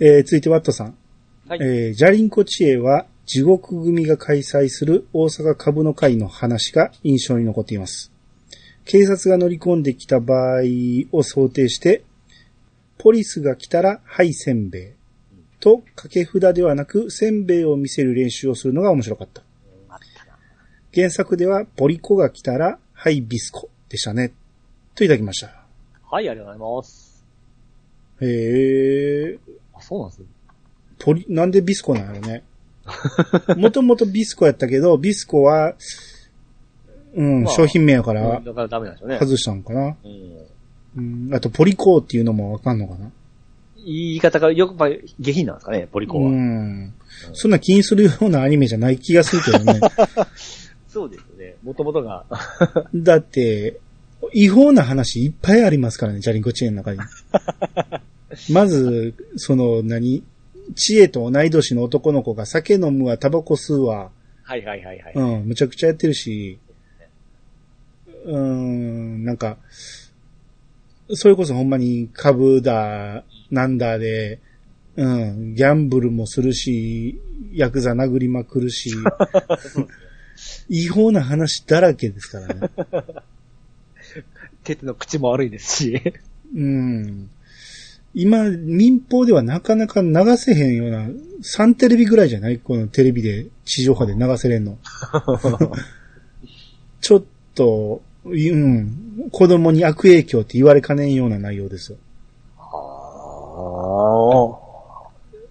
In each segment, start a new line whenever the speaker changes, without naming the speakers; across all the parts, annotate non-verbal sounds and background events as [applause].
えー続いてワットさん。
はい
えージャリンコ知恵は地獄組が開催する大阪株の会の話が印象に残っています。警察が乗り込んできた場合を想定して、ポリスが来たら、はい、せんべい。と、掛け札ではなく、せんべいを見せる練習をするのが面白かった。
あったな。
原作では、ポリコが来たら、はい、ビスコでしたね。といただきました。
はい、ありがとうございます。
へー、
あ、そうなんですね
ポリ、なんでビスコなんやろね。 [laughs] もともとビスコやったけど、ビスコは、うん、
まあ
商品名やか
う
ら
んだからダメなんでしょうね。
外したんかな。
うん。
うん、あと、ポリコーっていうのもわかんのかな。
言い方がよく、まあ、下品なんですかね、ポリコ
う
は。
ん。そんな気にするようなアニメじゃない気がするけど
[laughs]
ね。
そうですよね。もともとが。 [laughs]
だって、違法な話いっぱいありますからね、ジャリンコ知恵の
[laughs]
中に。まず、その、何知恵と同い年の男の子が酒飲むわ、タバコ吸うわ、
はいはいはいはい。
うん、むちゃくちゃやってるし、うーん、なんか、それこそほんまに株だ、なんだで、うん、ギャンブルもするし、ヤクザ殴りまくる
[laughs]
し、違法な話だらけですからね。
手の口も悪いですし。
うん。今、民放ではなかなか流せへんような、3テレビぐらいじゃないこのテレビで、地上波で流せれんの。ちょっと、うん、子供に悪影響って言われかねんような内容ですよ。
あ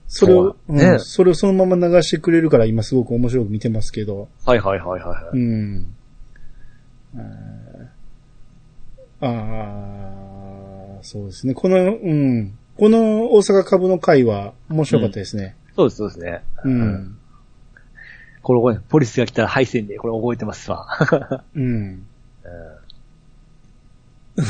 それを、
そうだね
うん、それをそのまま流してくれるから今すごく面白く見てますけど、
あ。はいはいはいはい。は
う
い
ん。あーあー、そうですね。この、うん。この大阪株の会は面白かったですね。
そうです、そうですね。
うん。
これ、これ、ポリスが来たら配線で、これ覚えてますわ。
うん。 [laughs]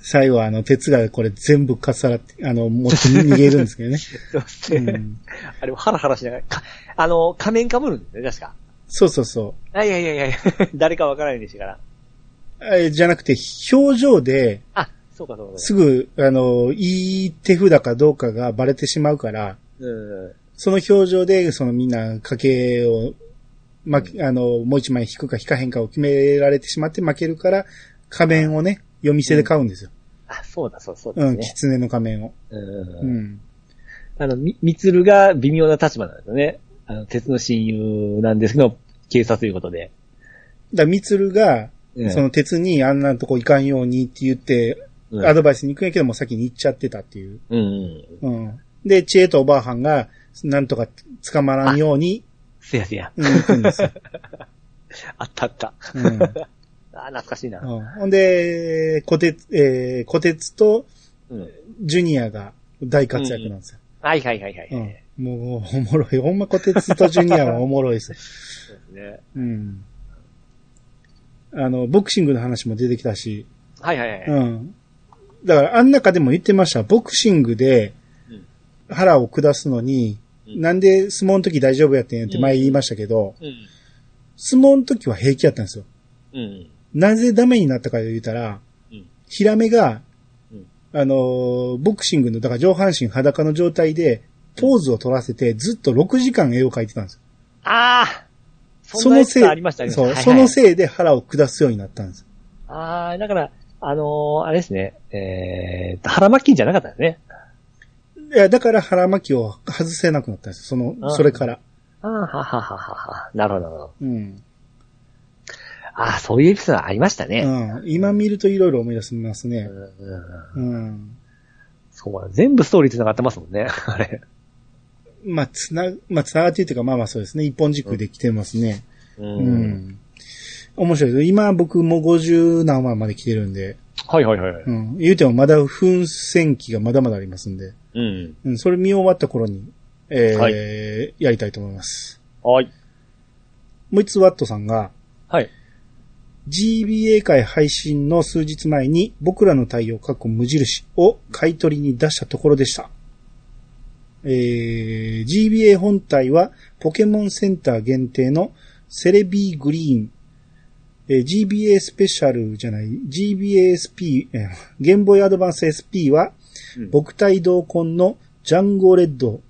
最後はあの、鉄がこれ全部かっさらって、あの、持って逃げるんですけどね。 [laughs]
そうです
う
ね。
ん
あれもハラハラしながら、か、あの、仮面被るんですね、確か。
そうそうそ
あ、いやいやいやいや [laughs] 誰かわからないんでしたから。
う。えじゃなくて、表情で、
あ、そうかそうか
す
そうか。
ぐ、あの、いい手札かどうかがバレてしまうから、
うん。
その表情で、そのみんな賭けを、ま、あの、もう一枚引くか引かへんかを決められてしまって負けるから、仮面をね、夜店で買うんですよ。
あ、そうだ、そう、そうで
う
す
ん、
ね。
狐の仮面を。
うん
うん。
あの、み、みつるが微妙な立場なんですよね。あの、鉄の親友なんですけど、警察ということで。
だからみつるが、
うん
その鉄にあんなとこ行かんようにって言って、
うん
アドバイスに行くんやけどもう先に行っちゃってたっていう。
うんうん。
うん。で、知恵とおばあはんが、なんとか捕まらんように、
せやせや。
うん、行くんですよ。
あったあった。
うん。
あ、懐かしいな。
うんほんで、小鉄、えー、小鉄と
うん。
ジュニアが大活躍なんですよ。
はいはいはいはい。
うん。もう、おもろい。ほんま小鉄とジュニア
[laughs]
はおもろいです。
そうですね。
うん。あの、ボクシングの話も出てきたし、
はいはいはい。
うん。だから、あん中でも言ってました。ボクシングで
うん、
腹を下すのに、
うん
なんで相撲の時大丈夫やってんやって前言いましたけど、
うん。
相撲の時は平気やったんですよ。
うん。
なぜダメになったかと言ったら、
うん
ヒラメが
うん、
あのーボクシングの、だから上半身裸の状態で、ポーズを取らせて、ずっと6時間絵を描いてたんですよ。
ああそんなやつありましたありました
そう、
はいはい
そのせいで腹を下すようになったんです。
ああ、だから、あのーあれですね。えーっと、腹巻きんじゃなかったんですね。
いや、だから腹巻きを外せなくなったんですよ。その、
あ
それから。
ああ、ははははは。なるほどなるほど。
うん。
ああ、そういうエピソードありましたね。
うん、今見るといろいろ思い出します
う
ね
ん。うんうん
うん。
そうだ全部ストーリー繋がってますもんね。 [laughs] あれ。
まあ、つな、まあ、つながってるというか、まあまあそうですね。一本軸で来てますね。
う
うん。面白いです。今僕も50何話まで来てるんで。
はいはいはい。
うん。言うてもまだ噴戦期がまだまだありますんで。
うん。
うん。それ見終わった頃に、えー
はい
やりたいと思います。
はい。
もう一つワットさんが、
はい。
GBA 会配信の数日前に僕らの対応過去無印を買い取りに出したところでした。えー、GBA 本体はポケモンセンター限定のセレビーグリーン、えー GBA スペシャルじゃない、GBA SP、えーゲームボーイアドバンス SP は
うん
僕対同梱のジャンゴレッド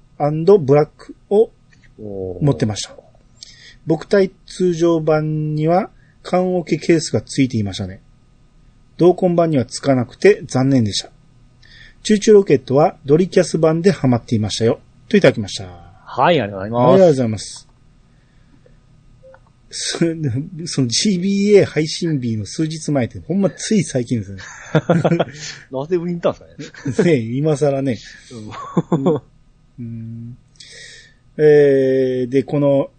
ブラックを持
持
ってました。僕体通常版には缶オケケースが付いていましたね。同梱版には付かなくて残念でした。チューチューロケットはドリキャス版でハマっていましたよ。といただきました。あ
はい、ありがとう
りが
ござ
とうご
います。
ざいます。そ [laughs] その GBA 配信日の数日前ってほんまつい最近ですね。
なぜ売りに行ったんです [laughs]
ね今更ね。
かね。
うんえーで、この、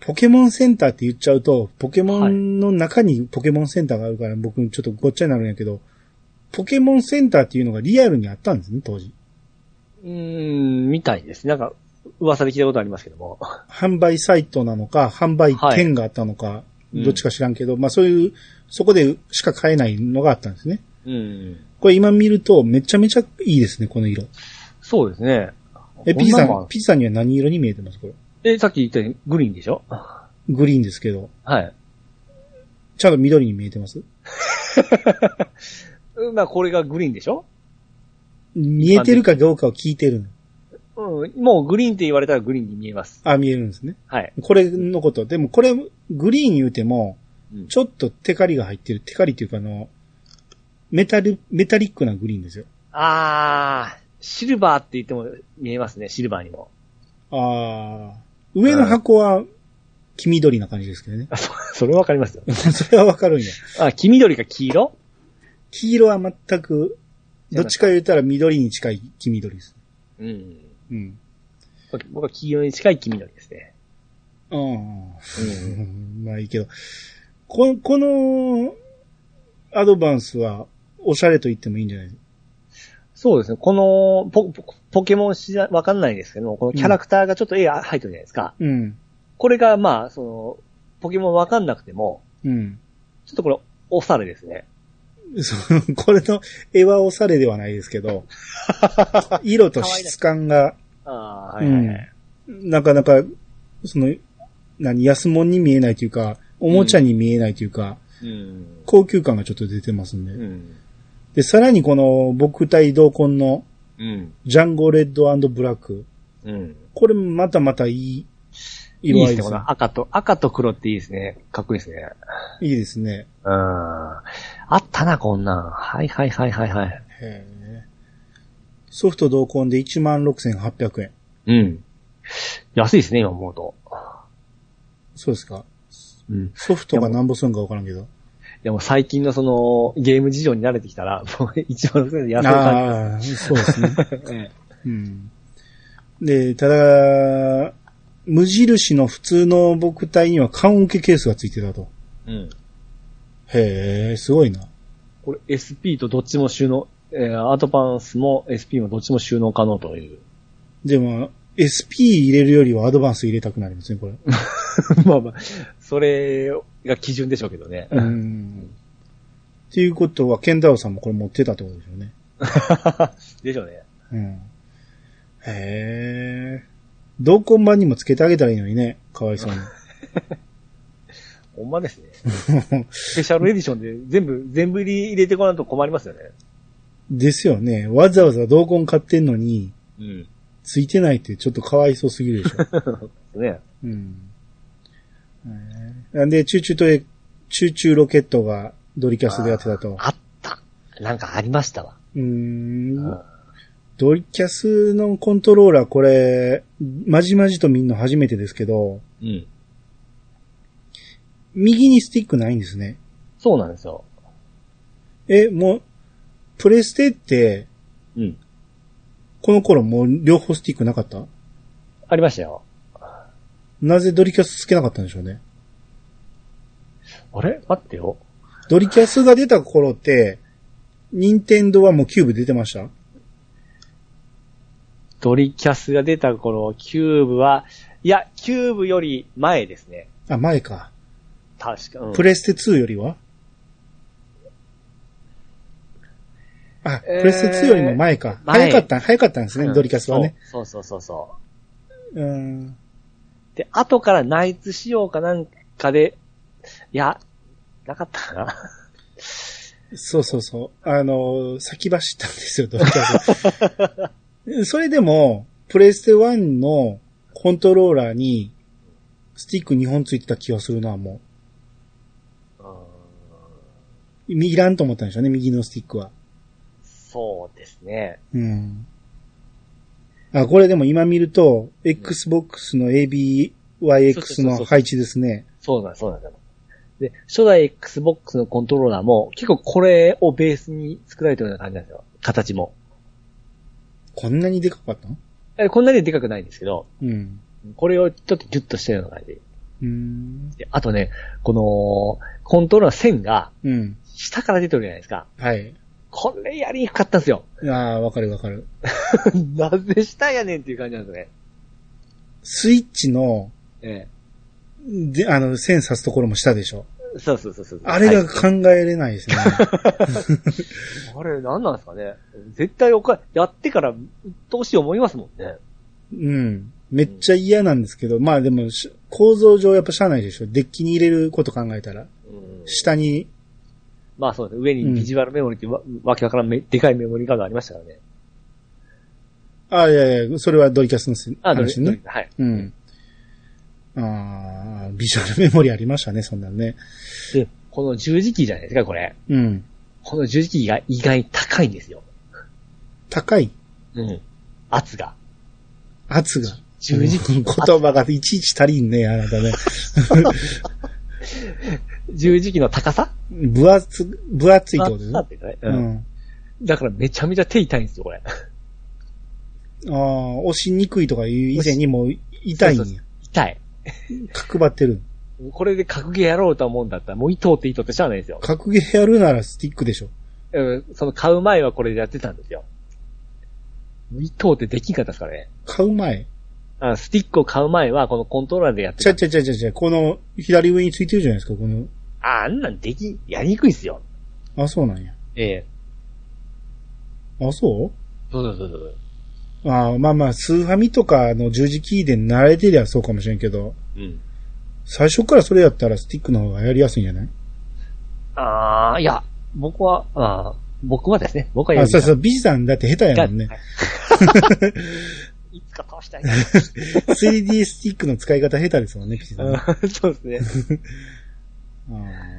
ポケモンセンターって言っちゃうと、ポケモンの中にポケモンセンターがあるから、僕ちょっとごっちゃになるんやけど、ポケモンセンターっていうのがリアルにあったんですね、当時。
うーん、みたいです。なんか、噂で聞いたことありますけども。
販売サイトなのか、販売店があったのか、
い
どっちか知らんけど、まあそういう、そこでしか買えないのがあったんですね。
うん。
これ今見るとめちゃめちゃいいですね、この色。
そうですね。
え、ピーさ
こなも
ん、
あ
ピーさんには何色に見えてますこれ。
え、さっき言ったようにグリーンでしょ
グリーンですけど、
はい。
ちゃんと緑に見えてます
うんまあ、これがグリーンでしょ
見えてるかどうかを聞いてるの。
うん。もうグリーンって言われたらグリーンに見えます。
あ、見えるんですね。
はい。
これのこと。でもこれ、グリーン言うても
うん、
ちょっとテカリが入ってる。テカリっていうかあの、メタル、メタリックなグリーンですよ。
あー、シルバーって言っても見えますね、シルバーにも。
あー上の箱は、黄緑な感じですけどね。 [laughs]
あそ [laughs] それわかりますよ。
それはわかるんや。
あ、黄緑か黄色
黄色は全く、どっちか言ったら緑に近い黄緑です。
うん。
うん。
僕は黄色に近い黄緑ですね。
うん。
う。
うんんまあいいけど。この、この、アドバンスは、おしゃれと言ってもいいんじゃない
そうですね。このポ、ポポケモン知ら、わかんないですけども、このキャラクターがちょっと絵が入ってるじゃないですか。
うん。
これが、まあ、その、ポケモンわかんなくても、
うん。
ちょっとこれ、おされですね。
その、これの絵はおしゃれではないですけ
[laughs]
ど、色と質感が、
ああ、はいはいはい。
なかなか、その、何、安物に見えないというか、おもちゃに見えないというか、
うん。
高級感がちょっと出てますんで。
うん。
で、さらにこの、僕対同梱の
うん。
ジャンゴレッドブラック。
うん。
これまたまたいい色
いい
合
で
いで
す
す
ね、こ
ね。
の赤と、赤と黒っていいですね。かっこいいですね。
いいですね。
うん。あったな、こんなん。はいはいはいはいはい。
へえソフト同梱で16,800円。
うん。安いですね、今思うと。
そうですか。
うん。
ソフトがなんぼすんかわからんけど。
でも最近のその、ゲーム事情に慣れてきたら、 [laughs] もう一番安い感じ。
ああ、そうですね。
[laughs] え
うん。で、ただ、無印の普通の木体には缶受けケースがついてたと。
えうん。
へえ、すごいな。
これ SP とどっちも収納、えーアートパンスも SP もどっちも収納可能という。 [laughs]
でも、SP 入れるよりはアドバンス入れたくなりますね、こ
[laughs]
れ。
まあまあ、それが基準でしょうけ
[laughs]
どね。
うん。っていうことは、ケンダロウさんもこれ持ってたってことですよね。
でしょうね。
うん。へえ。同梱版にもつけてあげたらいいのにね、かわいそうに。
ほんまですね。スペシャルエディションで全部、全部入り入れてこないと困りますよね。
ですよね。わざわざ同梱買ってんのに、
うん。
ついてないってちょっとかわいそうすぎるでしょ。
ね。
うん。なんで、チューチュートレ、チューチューロケットがドリキャスでやってたと。
あった。なんかありましたわ。
うーん。
う
ドリキャスのコントローラー、これ、まじまじと見んの初めてですけど、
ん。
右にスティックないんですね。
そうなんですよ。
え、もう、プレステって、
うん。
この頃もう両方スティックなかった
ありましたよ。
なぜドリキャスつけなかったんでしょうね。
あれ待ってよ。
ドリキャスが出た頃って、任天堂はもうキューブ出てました
ドリキャスが出た頃、キューブは、いや、キューブより前ですね。
あ、前か。
確か。うん
プレステ2よりはあ、
えー
プレステ2よりも前か。
前
早かった、早かったんですね、ドリキャスはね。。
そうそうそうそうそう。
うん。
で、後からナイツ仕様かなんかで、いや、なかったかな。 [laughs]
そうそうそう。あのー、先走ったんですよ、ドリキャス。それでも、プレイステ1のコントローラーに、スティック2本ついてた気がするな、も
あ
う。右らんと思ったんでしょうね、右のスティックは。
そうですね。
うん。あ、これでも今見ると、Xbox の ABYX の配置ですね。
そうなん、そうなんだ。で、初代 Xbox のコントローラーも結構これをベースに作られてるような感じなんですよ。形も。
こんなにでかかったの
えこんなにでかくないんですけど、
うん。
これをちょっとギュッとしたような感じ。
うーん。
であとね、この、コントローラー線が
うん。
下から出てるじゃないですか。
はい。
これやりにくかったんですよ。
ああ、わかるわかる。
[laughs] なぜ下やねんっていう感じなんですね。
スイッチの、
え
で、あの、線刺すところも下でしょ。
え。そうそうそうそう。
あれ
は
が
い
考えれない
[laughs]
ですね。
あれ、なんなんですかね。絶対おか、やってから、どうしよう思いますもんね。
うん。めっちゃ嫌なんですけど、まあでもし、構造上やっぱ車内でしょ。デッキに入れること考えたら、
うん
下に、
まあそうですね。上にビジュアルメモリーってわ、わけわからんめ、でかいメモリーカードありましたからね。
あいやいや、それはドリキャスのせ
あ、どれ
話ね。
はい。
うん。ああ、ビジュアルメモリありましたね、そんなんね。
で、この十字キーじゃないですか、これ。
うん。
この十字キーが意外に高いんですよ。
高い
うん。圧が。
圧が。
十字キー
言葉がいちいち足りんね、あなたね。
十字キーの高さ
分厚、分厚いってことです
あ
ね
っ。てね。
う
うん。
ん。
だからめちゃめちゃ手痛いんですよ、これ。
ああ、押しにくいとかいう以前にもう痛い
そうんそう
や。
痛い。
角張ってる。
これで格ゲーやろうと思うんだったら、もう糸って糸ってしゃあないんですよ。
格ゲーやるならスティックでしょ。
うん、その買う前はこれでやってたんですよ。糸ってできんかったですからね。
買う前。
あスティックを買う前はこのコントローラーでやって
ち
た
ゃ。ちゃちゃちゃちゃ、この左上についてるじゃないですか、この。
あ、あんなんでき、やりにくいっすよ。
あ、そうなんや。
ええ。
あ、そう
そうそうそうそう。
あまあまあ、スーファミとかの十字キーで慣れてりゃそうかもしれんけど、
うん。
最初からそれやったらスティックの方がやりやすいんじゃない
ああ、いや、僕は、あー僕はですね、僕はや
あ、
り
そう
たい
そう、ビジさんだって下手やもんね
[laughs] は。い [laughs] いつか倒したい。
3D スティックの使い方下手ですもんね、ビジさんね。
うんそうですね。
あ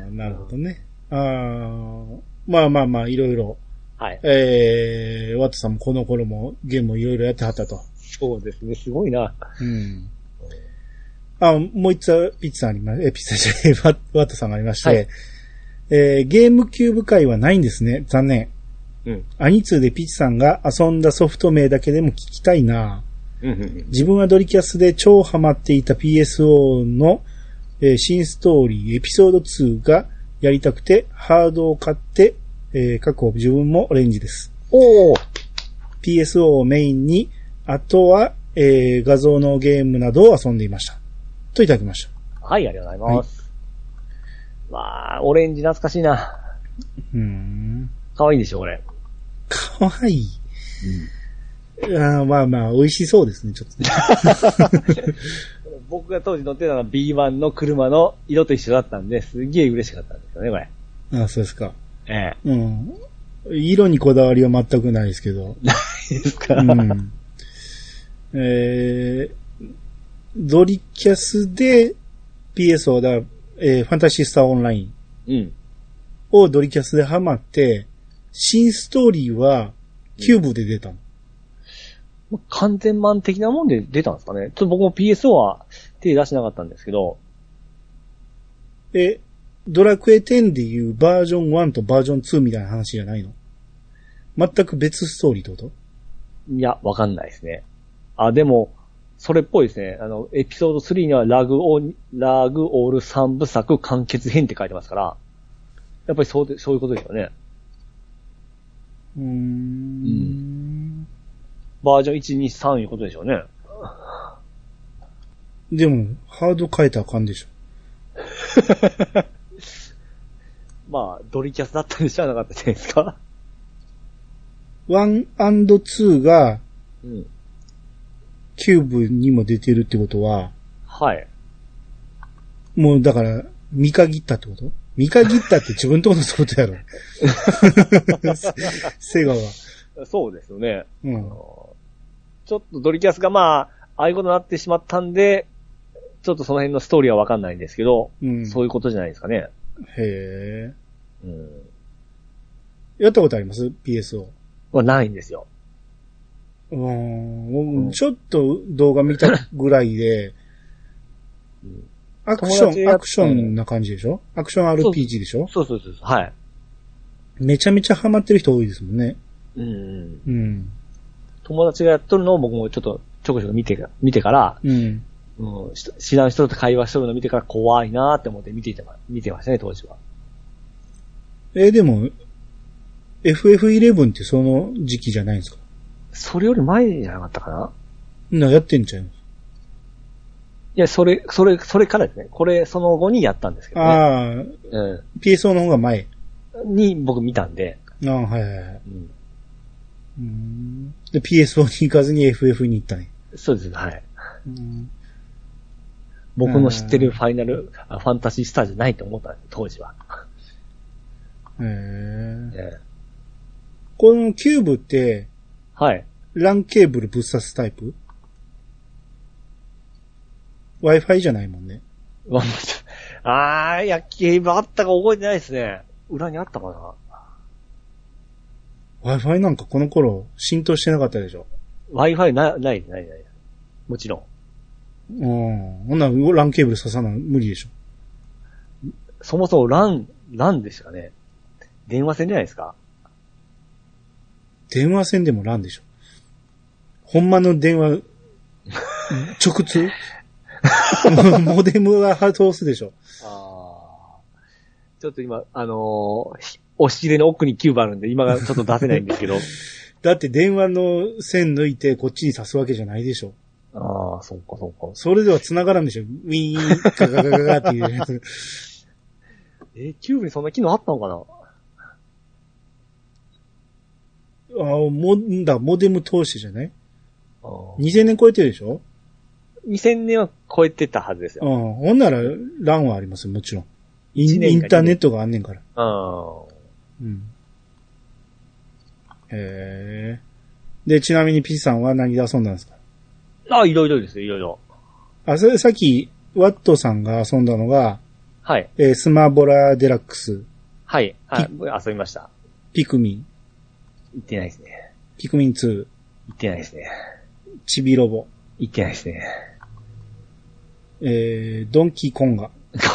あ、なるほどね。ああ、まあまあまあ、いろいろ。
はい。
えー、ワットさんもこの頃もゲームをいろいろやってはったと。
そうですね、すごいな。
うん。あ、もう一つ、ピッツさんありま、え、ピッツさんじゃない、 [laughs] ワワットさんがありまして、
はい
えーゲームキューブ界はないんですね。残念。
うん。
アニツーでピッチさんが遊んだソフト名だけでも聞きたいな
うんうんうん。
自分はドリキャスで超ハマっていた PSO の、えー新ストーリーエピソード2がやりたくてハードを買って、えー過去自分もオレンジです。
おお
PSO をメインに、あとは、えー画像のゲームなどを遊んでいました。といただきました。
はい、ありがとうございます。まあ、オレンジ懐かしいな。
うーん。
可愛いでしょ、これ。
かわいい。あーまあまあ、美味しそうですね、ちょっとね。
僕が当時乗ってたのは B1 の車の色と一緒だったんで、すげえ嬉しかったんですよね、これ。
あーそうですか。
え
うん。色にこだわりは全くないですけど。
え。ですか
うん。えー、ドリキャスで PSO だ、えーファンタシースターオンライン
うん。
をドリキャスでハマって、新ストーリーはキューブで出たの。
もう完全版的なもんで出たんですかね。ちょっと僕も PSO は手出してなかったんですけど、
え、ドラクエ10でいうバージョン1とバージョン2みたいな話じゃないの全く別ストーリーってこと
いや、わかんないですね。あ、でも、それっぽいですね。あの、エピソード3にはラグオー、ラグオール3部作完結編って書いてますから、やっぱりそうで、そういうことですよね。
うーん。
バージョン1、2、3いうことでしょうね。
でも、ハード変えたらあかんでしょ。
まあ、ドリキャスだったりしちゃなかったじゃないですか。
1&2 が
うん。
キューブにも出てるってことは、
はい。
もうだから、見限ったってこと見限ったって自分とこのソフトやろ。セガは。 [laughs]
そうですよね。
う
あ
ん。
のちょっとドリキャスがまあ、ああいうことになってしまったんで、ちょっとその辺のストーリーはわかんないんですけど、
うん。
そういうことじゃないですかね。
へえ。
うん。
やったことあります ?PS を。
はないんですよ。
うーん僕。ちょっと動画見たぐらいで
うん、
アクシ
友達
ョン、
やっ
アクションな感じでしょアクション RPG でしょ
そうそうそうそう。はい。
めちゃめちゃハマってる人多いですもんね。
うん。
うん。
友達がやっとるのを僕もちょっとちょこちょこ見てか見てから、
うん。
うん、し知らん人と会話しとるの見てから怖いなーって思って見ていたま、見てましたね、当時は。
えーでも、FF11 ってその時期じゃないんですか
それより前じゃなかったかな
な、やってんちゃう
いや、それ、それ、それからですね。これ、その後にやったんですけどね。
ああ、
う
PSO の方が前。
ん。に僕見たんで。
ああ、はいはいはい。
うん。
うーんで、PSO に行かずに FF に行ったね。
そうです、はい。
うん
僕の知ってるファイナル、あファンタジースターじゃないと思ったんです、当時は。
へ
え
え
え
このキューブって、
はい。
LAN ケーブルぶっ刺すタイプ ?Wi-Fi じゃないもんね。
わかりましたあー、いや、ゲームあったか覚えてないですね。裏にあったかな
Wi-Fi なんかこの頃浸透してなかったでしょ。
?Wi-Fi な、ない、ない、ない。もちろん。
うん。ほんなら LAN ケーブル刺さない無理でしょ。
そもそも LAN、LAN でしたかね。電話線じゃないですか
電話線でも LAN でしょ。ほんまの電話、直通 [laughs] モデムは通すでしょ。
あーちょっと今、あのーひ押し入れの奥にキューブあるんで、今がちょっと出せないんですけど。
だって電話の線抜いてこっちに刺すわけじゃないでしょ。
ああ、そうか、そうか。
それでは繋がらんでしょ。ウィーン、ガガガガガっていうやつ。
えーキューブにそんな機能あったのか
あ
な
あ、も、んだ、モデム通してじゃない
あー
?2000 年超えてるでしょ
?2000 年は超えてたはずです
う
よ。
ん。ほんなら、欄はありますよ、もちろん。イ
一
ン
年か
インターネットがあんねんから。
うん。
うん。へえ。で、ちなみに P さんは何で遊んだんですか
あ、いろいろですよ、いろいろ。
あ、それさっき、ワットさんが遊んだのが、
はい。
えースマブラデラックス、
はい。はい。遊びました。
ピクミン、
行ってないですね。
ピクミン2、
行ってないですね。
チビロボ、
行ってないですね。
えー、ドンキーコンガ、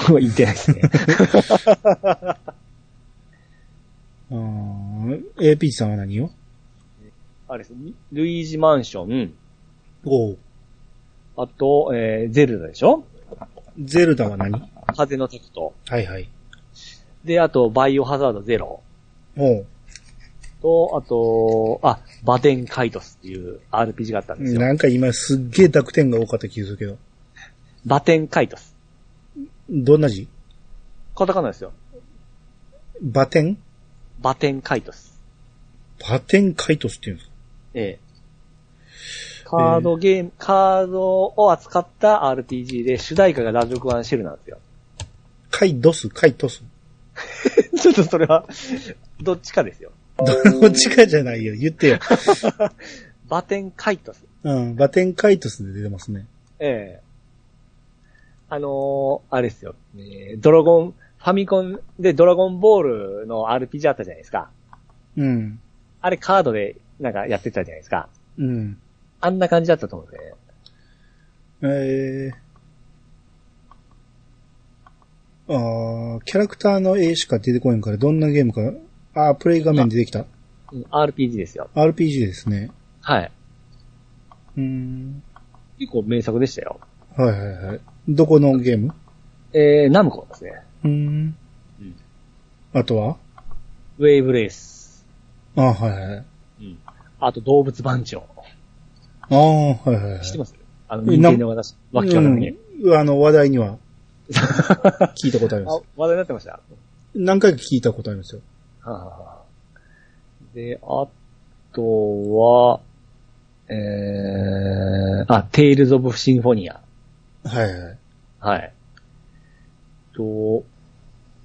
行ってないですね。
うーん、えー、ピーチさんは何を
[laughs] あれですね。ルイージマンション、
おう
あと、えー、ゼルダでしょ
ゼルダは何は
風の時と。
いはい。
で、あと、バイオハザードゼロ。
おう
と、あと、あ、バテンカイトスっていう RPG があったんですよ。
なんか今すっげえ濁点が多かった気がするけど。
バテンカイトス。
どんな字
カタカナですよ。
バテン
バテンカイトス。
バテンカイトスっていうんですか
ええ。カードゲーム、カードを扱った RPG で、主題歌がラジオクワンシェルなんですよ。
カイドス、カイトス。
[laughs] ちょっとそれは、どっちかですよ。
どっちかじゃないよ。言って
[laughs]
よ。
バテンカイトス。
うん、バテンカイトスで出てますね。
ええあのーあれですよ、えードラゴン、ファミコンでドラゴンボールの RPG あったじゃないですか。
うん。
あれカードでなんかやってたじゃないですか。
うん。
あんな感じだったと思うんですよ
え
ね。
ー。あーキャラクターの絵しか出てこへんから、どんなゲームか。あープレイ画面出てきた。
うん RPG ですよ。
RPG ですね。
はい。
うーん。
結構名作でしたよ。
はいはいはい。どこのゲーム
えー、ナムコですね。
うーん
うん。
あとは
ウェーブレース。
あーはいはい。
うん。あと動物番長。
あーはいはいはい。
知ってますあの、
え
人間の私、わけわかんない。
うん、あの、話題に
[laughs]
は、聞いたことあり
あ、
ます
話。題になってました
何回か聞いたことありますよ。
はあ、で、あとは、えー、あ、テイルズ・オブ・シンフォニア。
はいはい。
はい。と、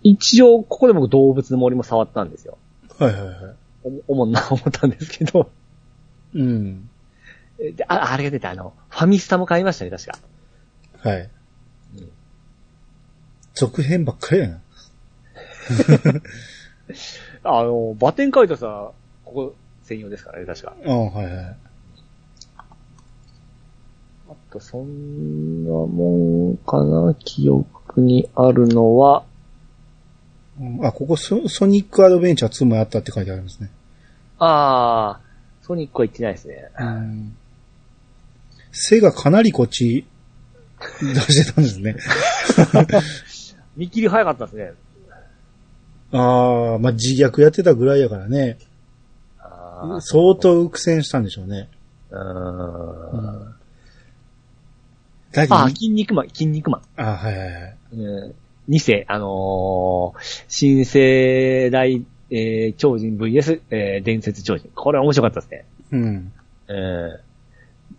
一応、ここで僕動物の森も触ったんですよ。
はいはいは
おも、おもんな思ったんですけど、
い。うん。
えであ、あれが出た、あの、ファミスタも買いましたね、確か。
はい。続編ばっかりやな。
あの、バテンカイトさん、ここ専用ですからね、確か。
ああ、はいはい。
あと、そんなもんかな、記憶にあるのは、
うんあ、ここソソニックアドベンチャー2もやったって書いてありますね。
あー、ソニックは行ってないですね。
うん。背がかなりこっち出してたんですね。
見切り早かったですね。
ああ、まあ、自虐やってたぐらいやからね。
あー
相。当苦戦したんでしょうね。
うーん。
だけど
あ、筋肉マン、筋肉マ
あ、はいはいはい。
ン。うん。二世、あのー、新世代、えー、超人 VS、えー、伝説超人。これは面白かったですね。
うん。
うん。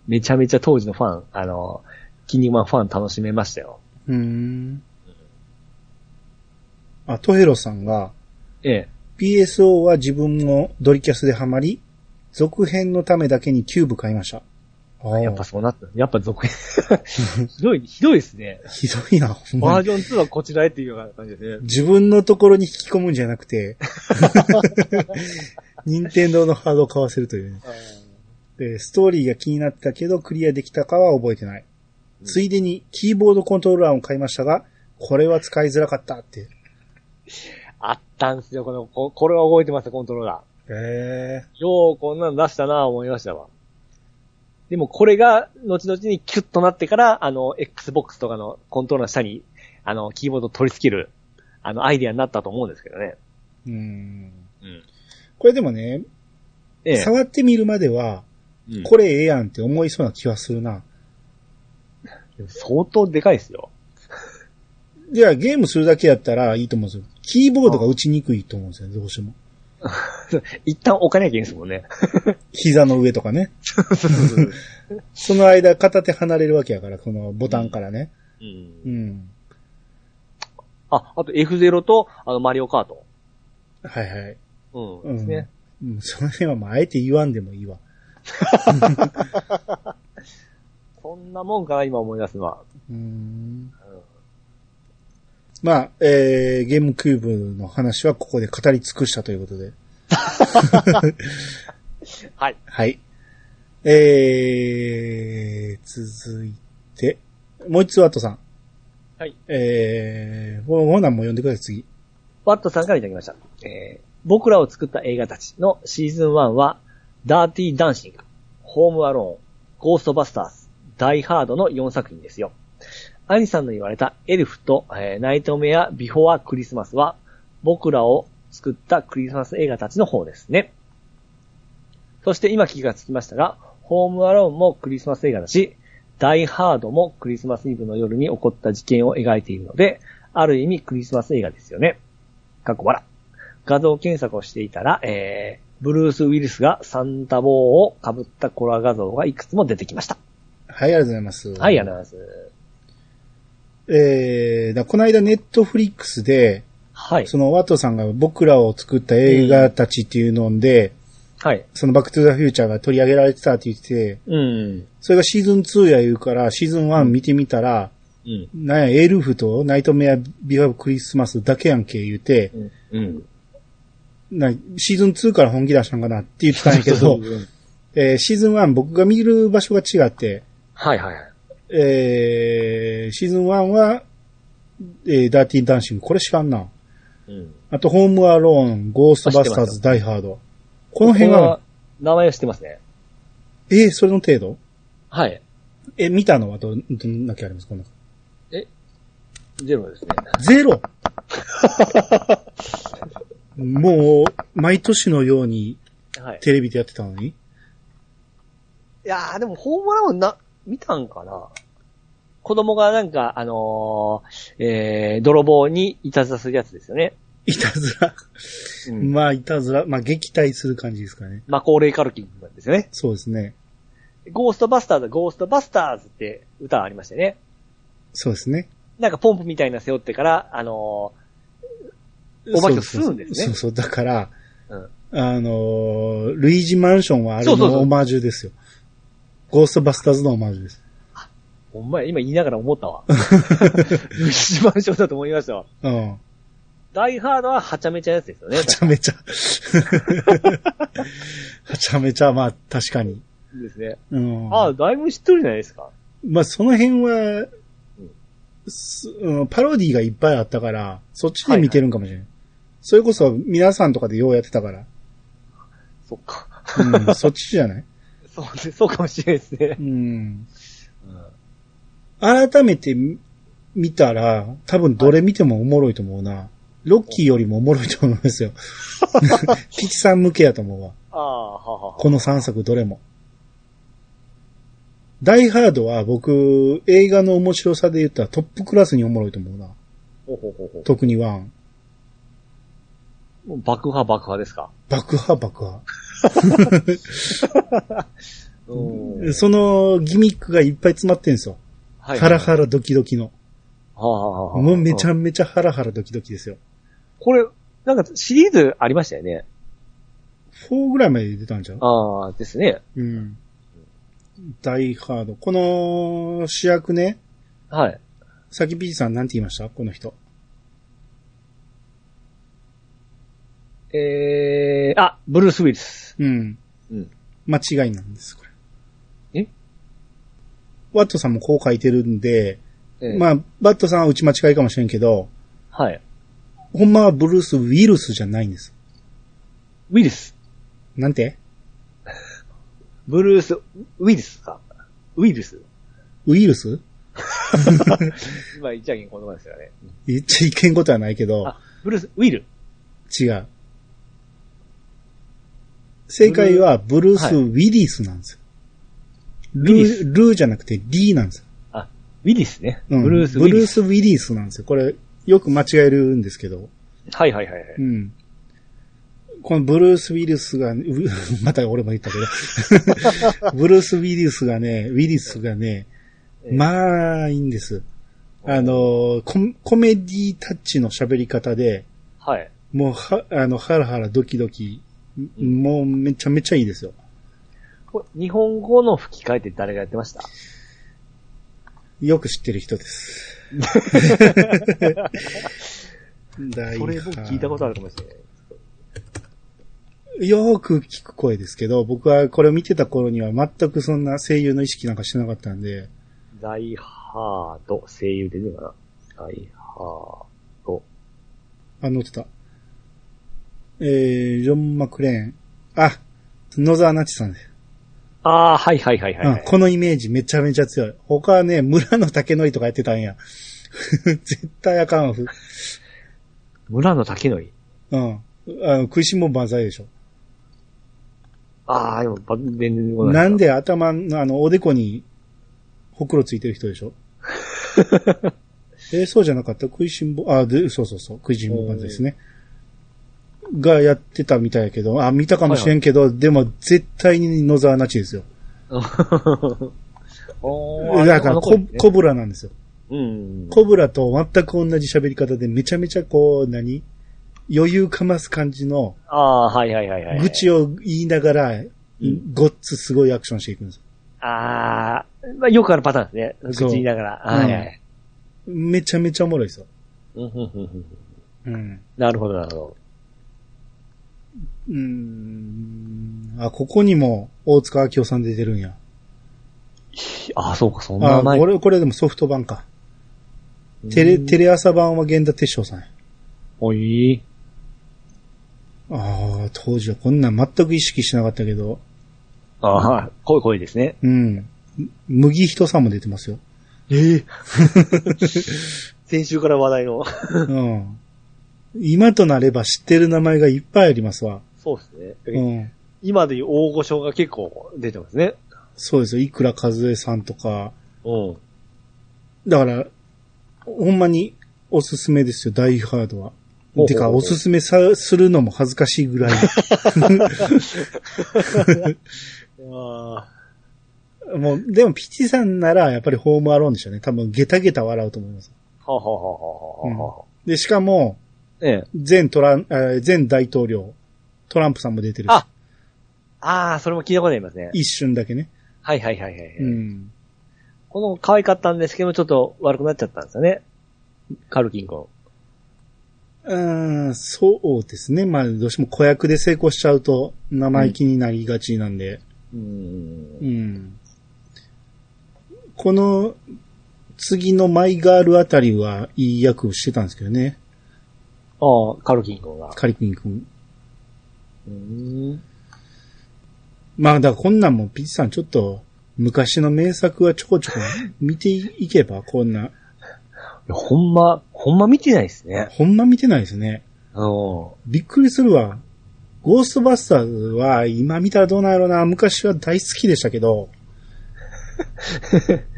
めちゃめちゃ当時のファン、あのー、筋肉マンファン楽しめましたよ。
うーん。あ、トヘロさんが、
ええ。
PSO は自分もドリキャスでハマり、続編のためだけにキューブ買いました。ああ
やっぱそうなった。やっぱ続編。 [laughs] ひどい、ひどいですね。
ひどいな、ほんまに
バージョン2はこちらへっていうような感じですね。
自分のところに引き込むんじゃなく
[laughs]
て、任天堂のハードを買わせるというね、で。ストーリーが気になったけどクリアできたかは覚えてない。
うん
ついでにキーボードコントローラーを買いましたが、これは使いづらかったって。
あったんすよ、この、ここれは覚えてますよ、コントローラ
へ
ー。よう、こんなの出したなぁ思いましたわ。でもこれが、後々にキュッとなってから、あの、Xbox とかのコントローラーの下に、あの、キーボードを取り付ける、あの、アイディアになったと思うんですけどね。
え。うん。
うん。
これでもね、
ええ。
触ってみるまでは、
うん
これええやんって思いそうな気はするな。
相当でかいですよ。
じゃあゲームするだけやったらいいと思うんですよ。キーボードが打ちにくいと思うんですよね、どうしても。
一旦置かなきゃいけないですもんね。
膝の上とかね。
[laughs]
その間片手離れるわけやから、このボタンからね。
うん
うん。
あ、あと F0 と、あの、マリオカート。
はいはい。
うん。
うん
ですね。
うん、その辺はまあ、あえて言わんでもいいわ。
そんなもんかな、今思い出すのは。
うん。まあ、えー、ゲームキューブの話はここで語り尽くしたということで。
はい。
はい。えー、続いて、もう一つワットさん。
はい。
えー、ほほなもう読んでください、次。
ワットさんからいただきました。えー僕らを作った映画たちのシーズン1は、ダーティーダンシング、ホームアローン、ゴーストバスターズ、ダイハードの4作品ですよ。アニさんの言われたエルフと、えーナイトメアビフォアクリスマスは、僕らを作ったクリスマス映画たちの方ですね。そして今気がつきましたが、ホームアローンもクリスマス映画だし、ダイハードもクリスマスイブの夜に起こった事件を描いているので、ある意味クリスマス映画ですよね。かっこ笑。画像検索をしていたら、えー、ブルース・ウィルスがサンタ帽を被ったコラ画像がいくつも出てきました。
はい、ありがとうございます。
はい、ありがとうございます。
えー、だこの間ネットフリックスで、
はい。
そのワトさんが僕らを作った映画たちっていうので、
はい。
そのバックトゥザフューチャーが取り上げられてたって言ってて、
うん。
それがシーズン2や言うから、シーズン1見てみたら、
うん。
なんや、エルフとナイトメアビファブクリスマスだけやんけ言うて、
うん。
なシーズン2から本気出したんかなって言ってたんやけど、えーシーズン1僕が見る場所が違って、
はいはいはい。
えーシーズン1は、えーダーティーダンシング、これ知らんな。
うん。
あと、ホームアローン、ゴーストバスター
あ知
ズ、ダイハード。この辺
ここ
は
は、名前を知ってますね。
えーそれの程度
はい。
え、見たのはど、どんだけありますかこの中
ゼロですね。
ゼ
[laughs]
ロもう、毎年のように
はい。
テレビでやってたのに
いやー、でも、ホームランはな、見たんかな子供がなんか、あのー、えー、泥棒にいたずらするやつですよね。
いたずら。
うん。
まあ、いたずら。まあ、撃退する感じですかね。
マコーレイカルキンなんですよね。
そうですね。
ゴーストバスターズ、ゴーストバスターズって歌ありましたよね。
そうですね。
なんかポンプみたいなの背負ってから、あのーお化けを吸うんです
そう
ね。
そう。だから、
うん
あのールイージマンションはあれ
そうそうそ
の
う
オマージュですよ。ゴーストバスターズのオマージュです。
ほんまや、今言いながら思っ
[laughs]
たわ。一番正だと思いましたわ。
うん。
ダイハードははちゃめちゃやつですよね
は。ちゃめ
[laughs]
ちゃ。はちゃめちゃ、まあ確かに。
ですね。
[laughs] うん。
ああ、だいぶ知ってるじゃないですか。
まあその辺は、すうん、パロディがいっぱいあったから、そっちで見てるんかもしれない。それこそ皆さんとかでようやってたから。
そっか。 [laughs]
うん、そっちじゃない
そうで、そうかもしれないですね
う。ん。
うん
改めてみ見たら、多分どれ見てもおもろいと思うな。ロッキーよりもおもろいと思うんです
[laughs]
よ。キチさん向けやと思うわ。
ああ、ははは。
この3作どれも。ダイハードは僕、映画の面白さで言ったらトップクラスにおもろいと思うな。
ほうほうほうほ
特にワン。
うもう爆破爆破ですか。
爆破爆破。
うん。
そのギミックがいっぱい詰まってんすよ。
はい
ハラハラドキドキの。
はあはあはあ
もうめちゃめちゃハラハラドキドキですよ。
これ、なんかシリーズありましたよね。
4ぐらいまで出たんちゃう
ああ、ですね。
うん。ダイハード。この主役ね、
はい。
さっきピーチさんなんて言いましたこの人。
えー、あ、ブルース・ウィルス。
うん。
うん。
間違いなんです、これ。
え
ワットさんもこう書いてるんで、
えー、
まあ、バットさんは打ち間違いかもしれんけど、
はい。
ほんまはブルース・ウィルスじゃないんです。
ウィルス。
なんて
ブルース、ウィルスか。ウィルス。
ウイルス
今言っちゃいけん言葉ですよね。
言っちゃいけんことはないけど、
あ、ブルース、ウィル。
違う。正解はブルース・
は
ウィリスなんですよ。
ィリス
ルー、ルーじゃなくて D なんですよ。
あ、ウィリスね。
うん
ブルース、ウ
ブ
ィ
ルー
リス。
ス・ウィリスなんですよ。これ、よく間違えるんですけど。
はいはいはいはい。
うん。このブルース・ウィリスが、 [laughs] うまた俺も言ったけ
[laughs]
ど、ブルース・ウィリスがね、ウィリスがね、
ええ
まあ、いいんです。あの、ココメディタッチの喋り方で、
はい。
もうは、あの、ハラハラドキドキ、もうめちゃめちゃいいですよ。
これ日本語の吹き替えって誰がやってました
よく知ってる人です。
[laughs]
[laughs] 大
それ僕聞いたことあるかもしれない。
よーく聞く声ですけど、僕はこれを見てた頃には全くそんな声優の意識なんかしてなかったんで、
ダイハード、声優出てるかなダイハード。
あ、載ってた。えー、ジョン・マクレーン。あ、野沢那智さんです、
ああ、はいはいはいはい、はい
うん。このイメージめちゃめちゃ強い。他はね、村の竹のりとかやってたんや。 [laughs] 絶対あかんわ。ふ
村の竹のり。
うん。あの、食いしん坊万歳でしょ。
ああ、でも、ば全然出てこない。
なんで頭の、あの、おでこに、ほくろついてる人でし
[laughs]
ょえーそうじゃなかった食いしん坊、あ、で、そうそうそう、食いしん坊漫才ですね。がやってたみたいやけど、あ、見たかもしれんけど、でも絶対に野沢那智ですよ。
[laughs] おー
だから、
あの
コ
子ね
コブラなんですよ。
うん。
コブラと全く同じ喋り方で、めちゃめちゃこう、何余裕かます感じの、
ああ、はいはいはいはい。
愚痴を言いながら、
ん
ごっつすごいアクションしていくんですよ。
ああ、まあ、よくあるパターンです
そう
ね。愚痴言いながら。
うん
はいはい。
めちゃめちゃおもろいですよ。
うんうんうんうん
うん。
なるほど、なるほ
うーん。あ、ここにも大塚明夫さん出てるんや。
ど。ああ、そうか、そんな
あ、
前
これ、これでもソフト版か。テレ、テレ朝版は源田鉄章さんや。
おい。
ああ、当時はこんなん全く意識しなかったけど。
ああ、はい濃い濃いですね。
うん。麦人さんも出てますよ。
え [laughs] え。先週から話題の。
うん。今となれば知ってる名前がいっぱいありますわ。
そうです
う
ね。
ん。
今でいう大御所が結構出てますね。
そうですよ。いくら和江さんとか。
うん。
だから、ほんまにおすすめですよ。ダイハードは。
ほうほうほう
てか、おすすめさ、するのも恥ずかしいぐらい。
あ
もう、でも、ピチさんなら、やっぱりホームアローンでしょうね。多分、ゲタゲタ笑うと思います。
あ、はあはあはあはあはあ。
で、しかも、
ええ。
前トラン、えー前大統領、トランプさんも出てるし。
あああ、それも聞いたことありますね。
一瞬だけね。
はいはいはいはいはい。
うん。
この可愛かったんですけど、ちょっと悪くなっちゃったんですよね。カルキン君。
うん、そうですね。まあ、どうしても子役で成功しちゃうと生意気になりがちなんで。
うーん。
うん。この、次のマイガールあたりはいい役をしてたんですけどね。
ああ、カルキン君が。
カリキン君。
うーん。
まあ、だからこんなんもピッチさんちょっと、昔の名作はちょこちょこ見ていけば、こんな。
いやほんま、ほんま見てないですね。
ほんま見てないですね。
うん。
びっくりするわ。ゴーストバスターズは今見たらどうなんやろな。昔は大好きでしたけど、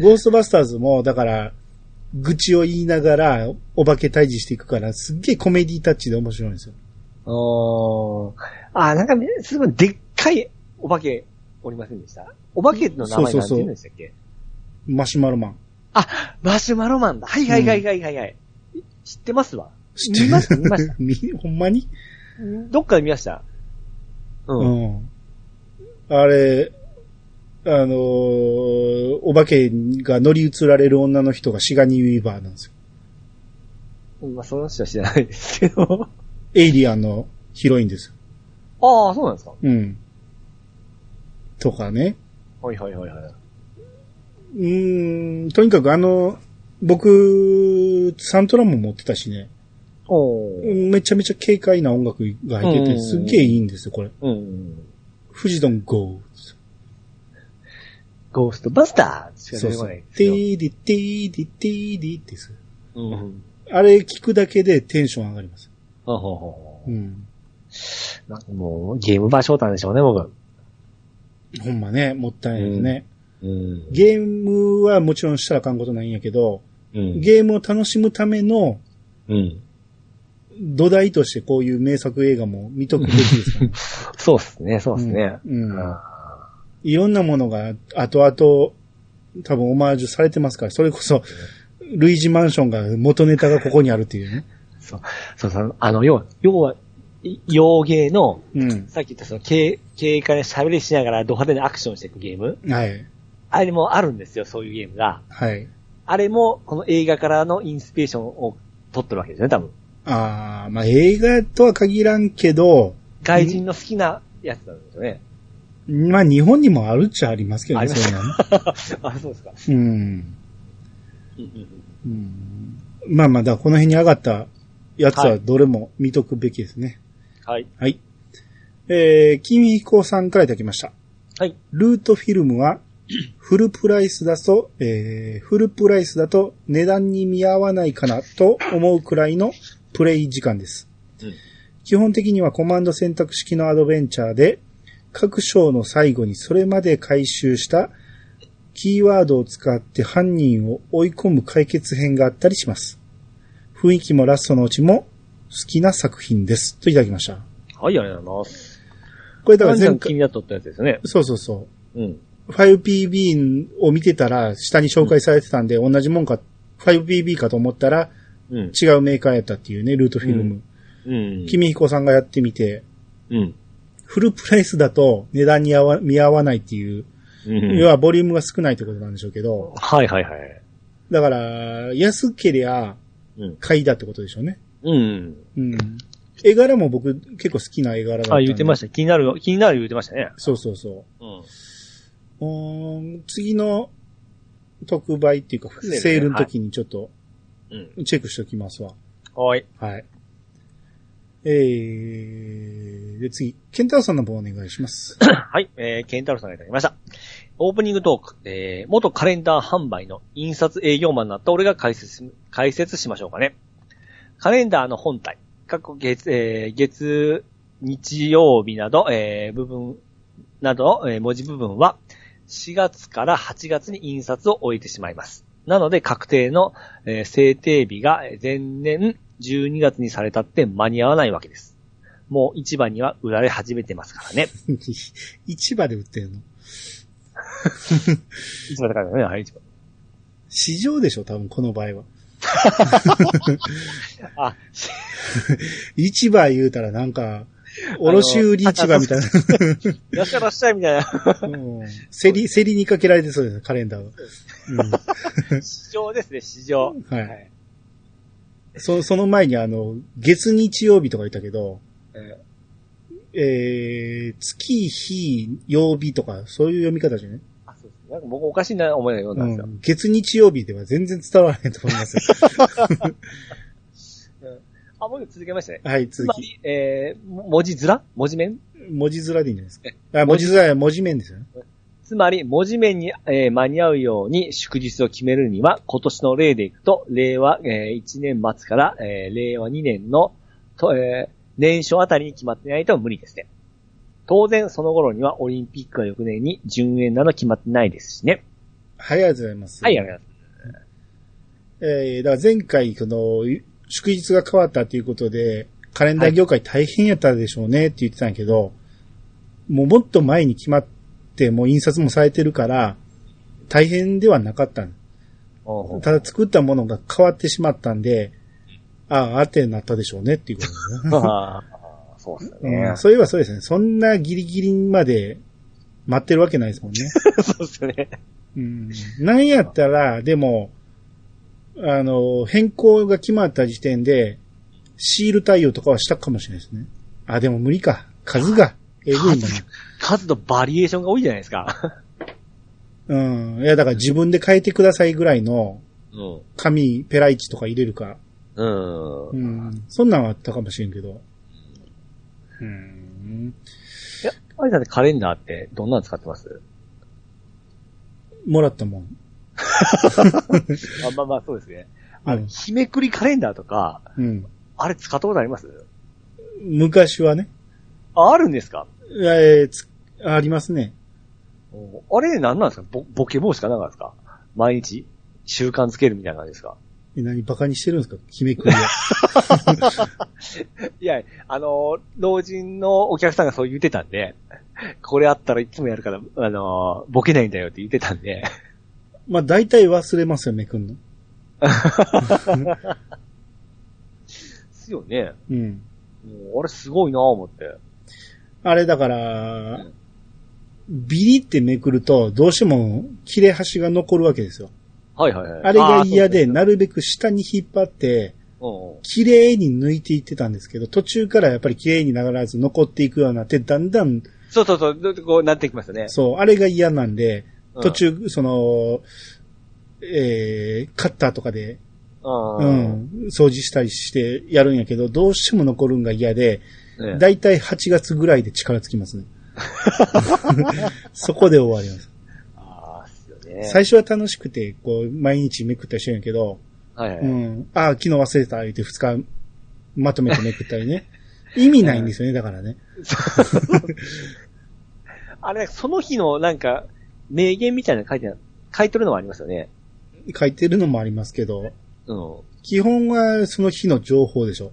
ゴーストバスターズも、だから、愚痴を言いながら、お化け退治していくから、すっげえコメディタッチで面白いんですよ。
ああ、なんかね、すごいでっかいお化けおりませんでしたお化けの名前
そう
なん
そう
て
そう
言うんでしたっけ
マシュマロマン。
あ、マシュマロマンだ。はいはいはいはいはい、はい知ってますわ。
知って
見ました見ました。
[laughs] みほんまに
どっかで見ました。う。
うんん。あれ、あのーお化けが乗り移られる女の人がシガニー・ウィーバーなんですよ。
まあ、その人は知らないですけど。
エイリアンのヒロインですよ。
ああ、そうなんですか。
うん。とかね。
はいはいはいはい。
うーん、とにかくあの、僕、サントラも持ってたしね。
おー。
めちゃめちゃ軽快な音楽が入って
う
て、
ん
すっげえいいんですよ、これ。
うん。
フジドン GO!
ゴーストバスターしか
そ
出
う
て
そ
こ
う
ないで。す
テ
よ。
ィーディ、ティーディ、ティーディってする
うん。
あれ聞くだけでテンション上がります。
あほうほう
う
ほ
ん。
うなんかもう、ゲーム版ショータンでしょうね、僕。
ほんまね、もったいないですね。
うん。
ゲームはもちろんしたらあかんことないんやけど、
うん。
ゲームを楽しむための
うん。
土台としてこういう名作映画も見とくべきですか
[laughs]
らね。
そうっすね、そうっすね。
うんうん
あ
いろんなものが後々多分オマージュされてますから、それこそ、ルイージマンションが元ネタがここにあるっていうね。
ーそう、そうそう、あの、要は、要は、い洋芸の、
う
さっき言ったその、経経営家で喋りしながらド派手なアクションしていくゲーム
ん。はい。
あれもあるんですよ、そういうゲームが。
はい。
あれも、この映画からのインスピレーションを取ってるわけですよね、多分。
あー、まあ映画とは限らんけど、
外人の好きなやつなんですよね。
まあ日本にもあるっちゃありますけど
あ
ね、
ります
ういうの
[laughs] あ、そうですか。
うん。うん。まあまあ、だからこの辺に上がったやつ
は
はいどれも見とくべきですね。
はい。
はい。えー、君彦さんからいただきました。
はい。
ルートフィルムは、フルプライスだと、えー、フルプライスだと値段に見合わないかなと思うくらいのプレイ時間です。
うん
基本的にはコマンド選択式のアドベンチャーで、各章の最後にそれまで回収したキーワードを使って犯人を追い込む解決編があったりします。雰囲気もラストのうちも好きな作品です。といただきました。
はい、ありがとうございます。
これだ
だ
か
から
前
ら前
回
気、になっとったやつですよね。
そうそうそう。
うん。
5PB を見てたら、下に紹介されてたんで、同じもんか、5PB かと思ったら、
うん。
違うメーカーやったっていうね、ルートフィルム。
うん。
君彦さんがやってみて、
うん。
フルプライスだと値段に合わ見合わないっていう、
うん。
要はボリュームが少ないってことなんでしょうけど、
はいはいはい。
だから、安けりゃ
うん、
買いだってことでしょうね。
うん。
うん。絵柄も僕結構好きな絵柄だったん
あ、
で。
言ってました。気になる、気になる言ってましたね。
そうそうそう。
う
う
ん。
ーん次の特売っていうか、
セールね
セールの時にちょっと
うん。
チェックしておきますわ。
はい。
はい。えー、で次、ケンタロウさんの方お願いし [laughs] ます。
はい、えー、ケンタロウさんがいただきました。オープニングトーク、えー、元カレンダー販売の印刷営業マンになった俺が解説し、解説しましょうかね。カレンダーの本体、過去月、えー、月、日曜日など、えー、部分、など、えー、文字部分は、4月から8月に印刷を終えてしまいます。なので、確定の、えー制定日がえー前年12月にされたって間に合わないわけです。もう市場には売られ始めてますからね。
市場で売ってるの
一番高いのね、はい、一番。
市場でしょ多分この場合 [laughs] は。
あ、
市場言うたらなんか、卸売市場みたい
いらっしゃいらっしゃいみたいな。
[laughs] な。うん競り、競りにかけられてそうですね、カレンダーは。 [laughs]
市場ですね、市場
う。ん、はい。そその前にあの、月日曜日とか言ったけど、
え
えー、月、日、曜日とか、そういう読み方じゃない
あそうですなんか僕おかしいな思いながら読んだ
うん
で
ん月日曜日では全然伝わらないと思い [laughs] ますよ。
すよ。あ、もう続けましたね。
はい、
つ
続
ま
き。
り、えー、も文字面文字面
文字面でいいんじゃないですか。あ文字面は文字面ですよね。
つまり、文字面に、えー間に合うように祝日を決めるには、今年の例でいくと、令和、え1年末から、えー令和2年の、とえー年初あたりに決まってないと無理ですね。当然、その頃にはオリンピックが翌年に準演など決まってないですしね。
はい、ありがとうございます。
はい、やめます。
えー、だから前回、この、祝日が変わったということで、カレンダー業界大変やったでしょうねって言ってたんやけど、もうもっと前に決まって、もう印刷もされてるから、大変ではなかったん。
おう
ただ作ったものが変わってしまったんで、ああ、あってなったでしょうねっていうことですね。
ああ、そうです
う
ね
ん。そういえばそうですね。そんなギリギリまで待ってるわけないですも [laughs] んね。
そうですね。
うん。なんやったら、でも、あの、変更が決まった時点で、シール対応とかはしたかもしれないですね。あ、でも無理か。数が、えぐいん [laughs] だな。
数とバリエーションが多いじゃないですか。
うん。いや、だから自分で変えてくださいぐらいの、
うん。
紙、ペライチとか入れるか。
うん。
うん。そんなんはあったかもしれんけど。うん。
いや、あれだってカレンダーってどんなの使ってます
もらったもん。
あまあまあ、そうですね。
う
あ
ん
の、日めくりカレンダーとか、
うん。
あれ使ったことあります
昔はね、
あ、あるんですか
えーつありますね。
おあれ何なんですかボボケ防止かなんかですか毎日習慣つけるみたいな感じですか
え何、バカにしてるんですか姫
[laughs]
くんは。
いや、あの、老人のお客さんがそう言ってたんで、これあったらいつもやるから、あの、ボケないんだよって言ってたんで、
まあ、大体忘れますよね、くんの。
ですよね。
うん。
もうあれすごいなぁ思って。
あれだから、ビリってめくると、どうしても切れ端が残るわけですよ。
はいはいはい。
あれが嫌で、
あー
なるべく下に引っ張って、
そうです
綺麗に抜いていってたんですけど、途中からやっぱり綺麗にならず残っていくようになって、だんだん、
ねそうそうそうど、こうなってきましたね。
そう、あれが嫌なんで、
うん
途、中、その、えー、カッターとかで、う
うん。
ん、掃除したりしてやるんやけど、どうしても残るんが嫌で、
ね
だいたい8月ぐらいで力つきます [laughs] ね。そこで終わります。
ああ、ですよね。
最初は楽しくて、こう、毎日めくったりしてるんやけど、。
はいはいう
ん。ああ、昨日忘れた、言うて2日、まとめてめくったりね。意味ないんですよね、だからね。
あれ、その日のなんか、名言みたいなの書いてある、書いてるのはありますよね。
書いてるのもありますけど、
うん。うん。
基本はその日の情報でしょ。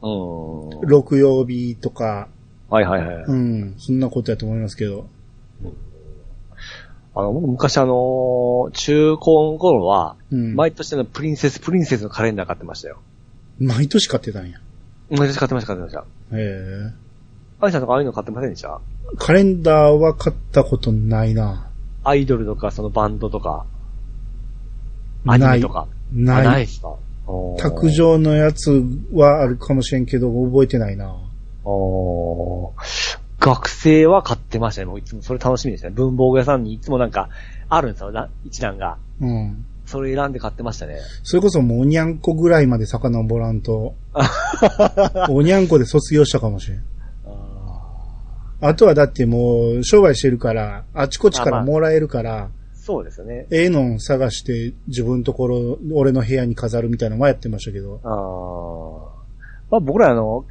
6曜日とか、
はいはいはい。
うん、そんなことやと思いますけど。
あの、僕昔あのー中高の頃は、
うん。毎
毎年あのプリンセス、プリンセスのカレンダー買ってましたよ。
年買ってたんや。
毎年買ってました、買ってました。
へえ。
アイさんとかああいうの買ってませんでした
カレンダーは買ったことないな。
アイドルとか、そのバンドとか、アニ
な
メ
い
と。か。あ
ない。
ですかおー
卓上のやつはあるかもしれんけど、覚えてないな。
おー学生は買ってましたね。もういつもそれ楽しみでしたね。文房具屋さんにいつもなんか、あるんですよ、な一覧が。
うん。
それ選んで買ってましたね。
それこそもうおにゃんこぐらいまで遡らん
[laughs]
と、おにゃんこで卒業したかもしれん。あとはだってもう、商売してるから、あちこちからもらえるから、
そうですよね。
ええのん探して自分のところ、俺の部屋に飾るみたいなのはやってましたけど。
あーまあ、僕らあの、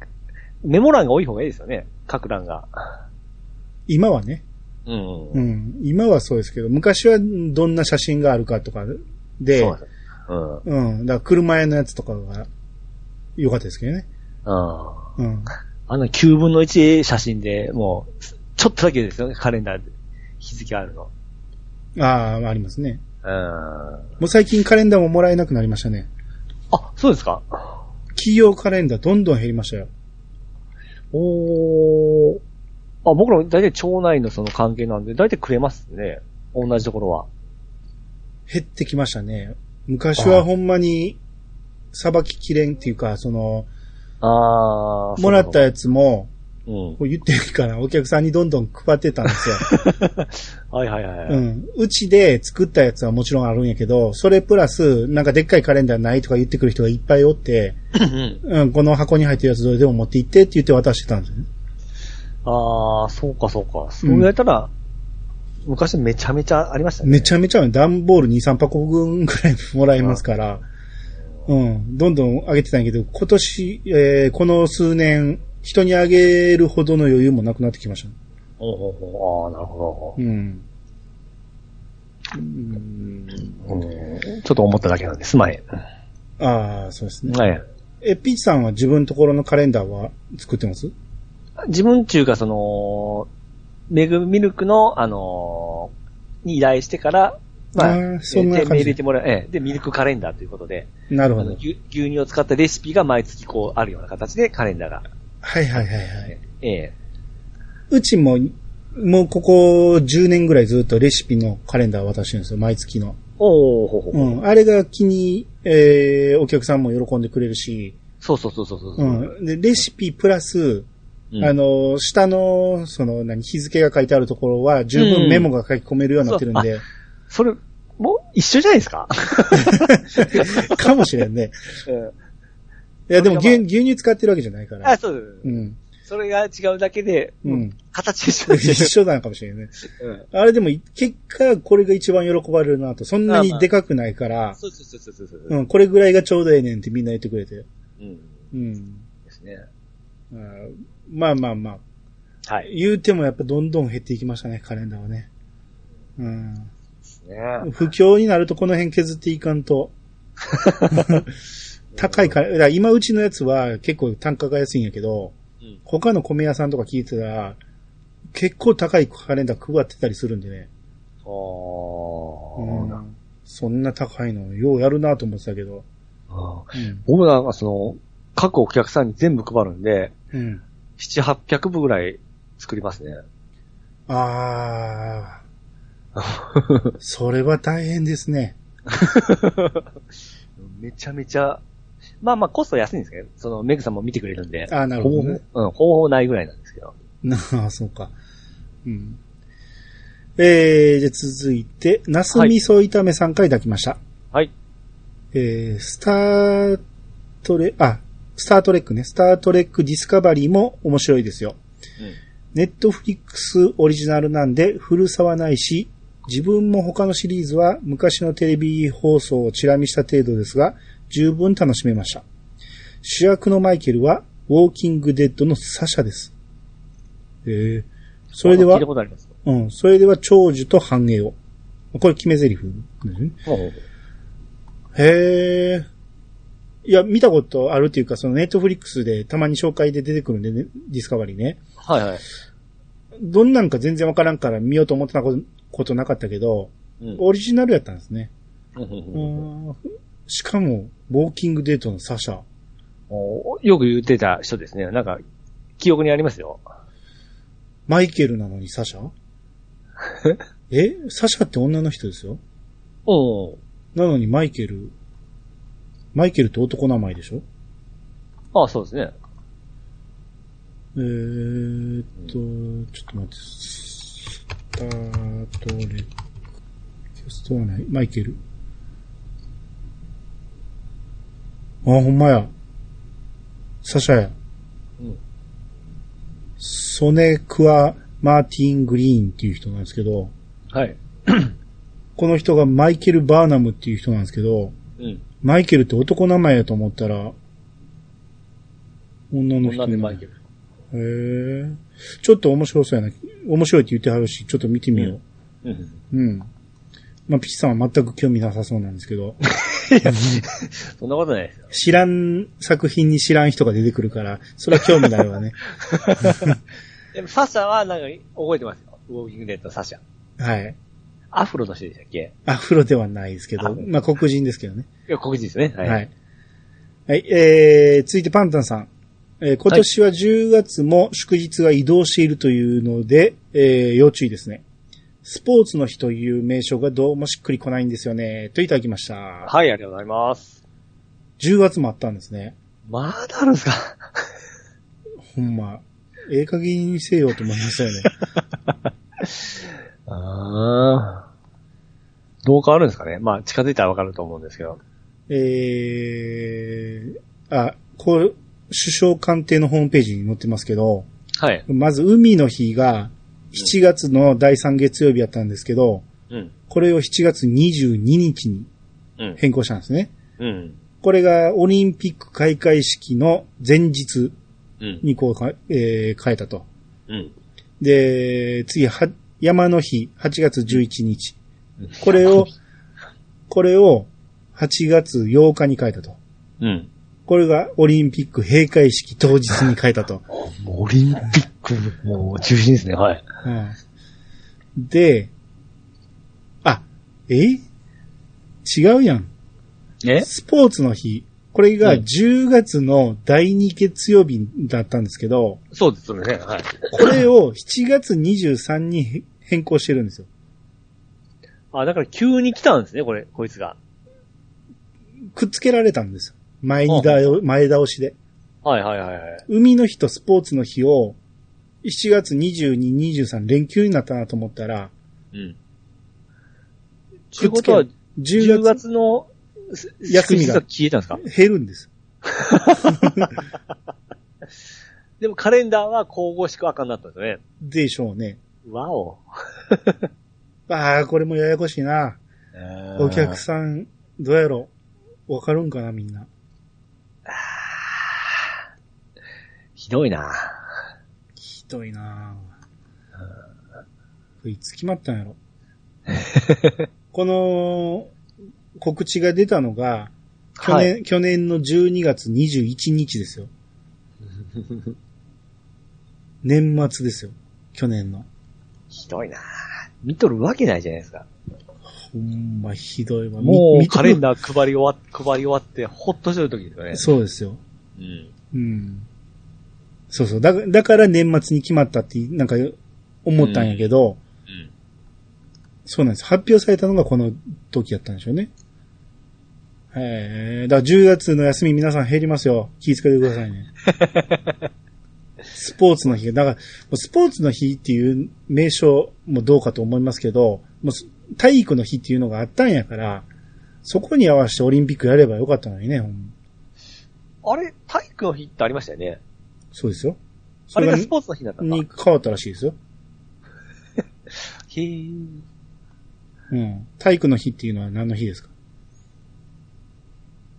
メモ欄が多い方がいいですよね。各欄が。
今はね。
うん。
う
うん、
ん。今はそうですけど、昔はどんな写真があるかとかで、
そう
う
です。うん。うん。
ん。だから車屋のやつとかが良かったですけどね。
あ
うん。
の9分の1写真でもう、ちょっとだけですよね、カレンダーで。日付あるの。
ああ、ありますね。
うん。あ、
もう最近カレンダーももらえなくなりましたね。
そうですか
企業カレンダーどんどん減りましたよ。
おー。あ、僕らも大体町内のその関係なんで、大体くれますね。同じところは。
減ってきましたね。昔はほんまに、さばききれんっていうか、その、
あー。
もらった
そう
やつも、
そううん [laughs]
こ。う言ってるからお客さんにどんどん配ってたんですよ。
はいはいはい。は
う
い
ん。うちで作ったやつはもちろんあるんやけど、それプラス、なんかでっかいカレンダーないとか言ってくる人がいっぱいおって、
うん。
うん、この箱に入ってるやつどれでも持って行ってって言って渡してたんですよね。
あー、そうかそうか。そう言われたら、昔めちゃめちゃありましたね。
めちゃめちゃ、段ボール2、3箱分くらいもらえますから、うん、どんどん上げてたんやけど、今年、えーこの数年、人にあげるほどの余裕もなくなってきましたね。
おうおうおうあー、なるほ
うん。うん、
ど。うん。ちょっと思っただけなんです、前。
ああ、そうですね。
はい。
え、ピーチさんは自分のところのカレンダーは作ってます
自分中がその、メグミルクの、あのーに依頼してから、まあ、
あーそんな
えー店名
感じ
入れてもらう、ええで、ミルクカレンダーということで、
なる
あ
ほ
の
ど。
牛牛乳を使ったレシピが毎月こうあるような形でカレンダーが。
はいはいはいはい。
ええ
うちも、もうここ10年ぐらいずっとレシピのカレンダー渡してるんですよ、毎月の。
おーほうほうほ
う
う、
ん。あれが気に、えー、お客さんも喜んでくれるし、
そうそうそうそうそう。
うん。で、レシピプラス、
うん
あの、下の、その、何、日付が書いてあるところは、十分メモが書き込めるようになってるんで、
それ、もう一緒じゃないですか、
かもしれんね。
うん、
いや、でも
そ
牛
れがま
牛乳使ってるわけじゃないから
あ、。そう、
うん。
それが違うだけで、
うん。
形一緒で
一
す
緒なのかもしれんね。
よ。うん
あれでも、結果、これが一番喜ばれるなと。そんなにでかくないから、
[laughs] そうそうそうそうそう。
うん、これぐらいがちょうどええねんってみんな言ってくれて。
うん。
うん。
ですね。
あーまあまあまあ。
はい。
言うてもやっぱどんどん減っていきましたね、カレンダーはね。うん。
ですね。
不況になるとこの辺削っていかん
[laughs]
と。高いカレンダー、今うちのやつは結構単価が安いんやけど、
うん
他の米屋さんとか聞いてたら、結構高いカレンダー配ってたりするんでね。う
あー
んそんな高いの、ようやるなと思ってたけど。
あー。
うん
僕なんかその、各お客さんに全部配るんで、
うん。
7、800部ぐらい作りますね。 [laughs]
あー。それは大変ですね。
めちゃめちゃ、まあまあコストは安いんですけど、そのメグさんも見てくれるんで、
あー、なるほ
方
ど
法、
ね。
うん、方法ないぐらいなんですけど。
なあ、そうか。うん。えー、じゃあ続いて、ナス味噌炒めさんからいただきました。
はい。
えー、スタートレ、あ、スタートレックね。スタートレックディスカバリーも面白いですよ。ネットフリックスオリジナルなんで古さはないし、自分も他のシリーズは昔のテレビ放送をチラ見した程度ですが、十分楽しめました。主役のマイケルは、ウォーキングデッドのサシャです。えー、それで
聞
はい
た、ことあります。
うん、それでは長寿と繁栄を。これ決め台詞ですね。
ほうほう
へえ。いや、見たことあるっていうか、そのネットフリックスでたまに紹介で出てくるんでね、ディスカバリーね。
はいはい。
どんなんか全然わからんから見ようと思ってたことことなかったけど、
うん
オリジナルやったんですね。
うんうん
う
うん
んしかも、ウォーキングデートのサシャ。
およく言ってた人ですね。なんか、記憶にありますよ。
マイケルなのにサシャえサシャって女の人ですよ。
おう
なのにマイケル、マイケルって男名前でしょ
ああ、そうですね。
えーっと、ちょっと待って。スタートレック。ストアない。マイケル。あ、ほんまや。サシャや。
うん
ソネクワ・マーティン・グリーンっていう人なんですけど、
はい。
この人がマイケル・バーナムっていう人なんですけど、
うん。
マイケルって男名前やと思ったら、女の人
女でマイケル。
へえ。ちょっと面白そうやな。面白いって言ってはるし、ちょっと見てみよ
うんうん
う。うん。まあ、ピッチさんは全く興味なさそうなんですけど、
そんなことないですよ。
知らん作品に知らん人が出てくるから、それは興味ない [laughs] わね。
でもサシャはなんか覚えてますよ。ウォーキングデッドのサシャ。
はい。
アフロの人でしたっけ
アフロではないですけ
ア
ど、
フロ
まあ、黒人ですけどね。
いや、黒人ですね。は。
はいい。はい、えー、続いてパンタンさん。えー今年は10月も祝日が移動しているというので、えー要注意ですね。スポーツの日という名称がどうもしっくりこないんですよね、といただきました。
はい、ありがとうございます。
10月もあったんですね。
まだあるんですか
ほんま。ええ加減にせよと思いましたよね。
あーどう変わるんですかねまあ、近づいたらわかると思うんですけど。
えー、あ、こう、首相官邸のホームページに載ってますけど、
はい。
まず海の日が7月の第3月曜日やったんですけど、
うん。
これを7月22日に
うん。
変更したんですね。
うん。
これがオリンピック開会式の前日
うん。
にこうか、えー変えたと。
うん。
で、次は、山の日、8月11日。これを、これを8月8日に変えたと。
うん。
これがオリンピック閉会式当日に変えた
[laughs]
と。
もうオリンピック、もう中心ですね。はい。
うんで、あ、え違うやん。
え
スポーツの日。これが
うん
10月の第2月曜日だったんですけど、
そうですね。はい。
これを7月23にへ変更してるんですよ。
あ、だから急に来たんですね、これ、こいつが。
くっつけられたんですよ。前にだよ、前倒しで。
はいはいはいはい。
海の日とスポーツの日を、7月22、23連休になったなと思ったら、
うん。ということは、10
10月
月の
休みが
祝日が消えたんですか
減るんです。
でもカレンダーは神々しく赤になったんですよね。
でしょうね。
わお。
ああ、これもややこしいな。お客
ん。
さん、どうやろうわかるんかな、みんな。
ひどいな
ひどいなぁ。いつ決まったんやろ。この、告知が出たのが、去年、
はい。
去年の12月21日ですよ。 [laughs] 年末ですよ。去年の。
ひどいな見とるわけないじゃないですか。
ほんまひどいわ。み
もう
見て
カ
る
レンダー配り終わ、配り終わって、ほっとしてる時ですよね。
そうですよ。
うん。
うん。そうそう。だだから年末に決まったって、なんか思ったんやけど、
うん。
そうなんです。発表されたのがこの時やったんでしょうね。えー、だから10月の休み皆さん減りますよ。気をつけてください
[laughs]
ね。スポーツの日。だから、もうスポーツの日っていう名称もどうかと思いますけど、もうす体育の日っていうのがあったんやから、そこに合わせてオリンピックやればよかったのにね。ほん
あれ、体育の日ってありましたよね。
そうですよ。
あ
そ
れ
れ
が
が
スポーツの日だったの
に
か。
変わったらしいですよ。
へー
うん。体育の日っていうのは何の日ですか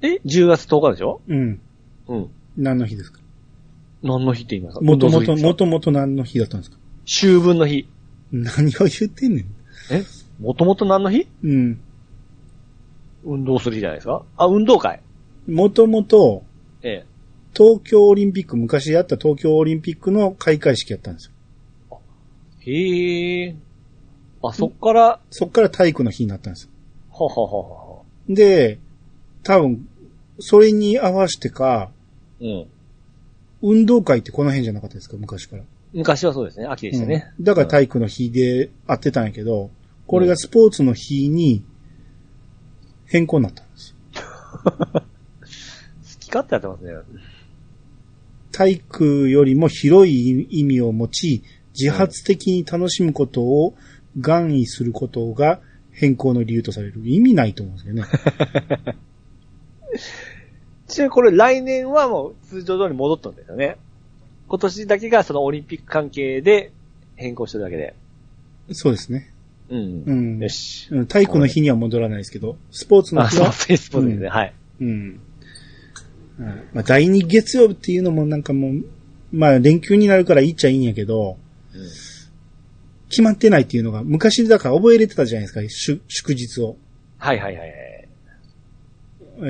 え、10月10日でしょ
うん。
うん。
何の日ですか
何の日って言いますか
もともと、
運動の日で
もともと何の日だったんですか
すよ秋分の日。
何を言ってんねん。
もともと何の日
うん。
運動する日じゃないですかあ、運動会。
もともと、
ええ。
東京オリンピック、昔やった東京オリンピックの開会式やったんですよ。
へえ。あ、そっから、は
そっから体育の日になったんですよ。
はははは。
で、多分、それに合わせてか、
うん。
運動会ってこの辺じゃなかったですか、昔から。
昔はそうですね。秋でしたね。
うんだから体育の日で合ってたんやけど、これがスポーツの日に変更になったんですよ。
好き勝手やってますね。
体育よりも広い意味を持ち、自発的に楽しむことを願意することが変更の理由とされる。意味ないと思うんですけどね。
[laughs] ちなみにこれ来年はもう通常通り戻ったんですよね。今年だけがそのオリンピック関係で変更してるだけで。
そうですね。
うん。
うん
よし。
うん体育の日には戻らないですけど、スポーツの
あ、
日
そう、
は、
フェイスポーツですね。はい。
うん。うんまあ、第2月曜日っていうのもなんかもう、まあ連休になるからいいっちゃいいんやけど、
うん
決まってないっていうのが、昔だから覚えれてたじゃないですか、祝祝日を。
はいはいはいはい。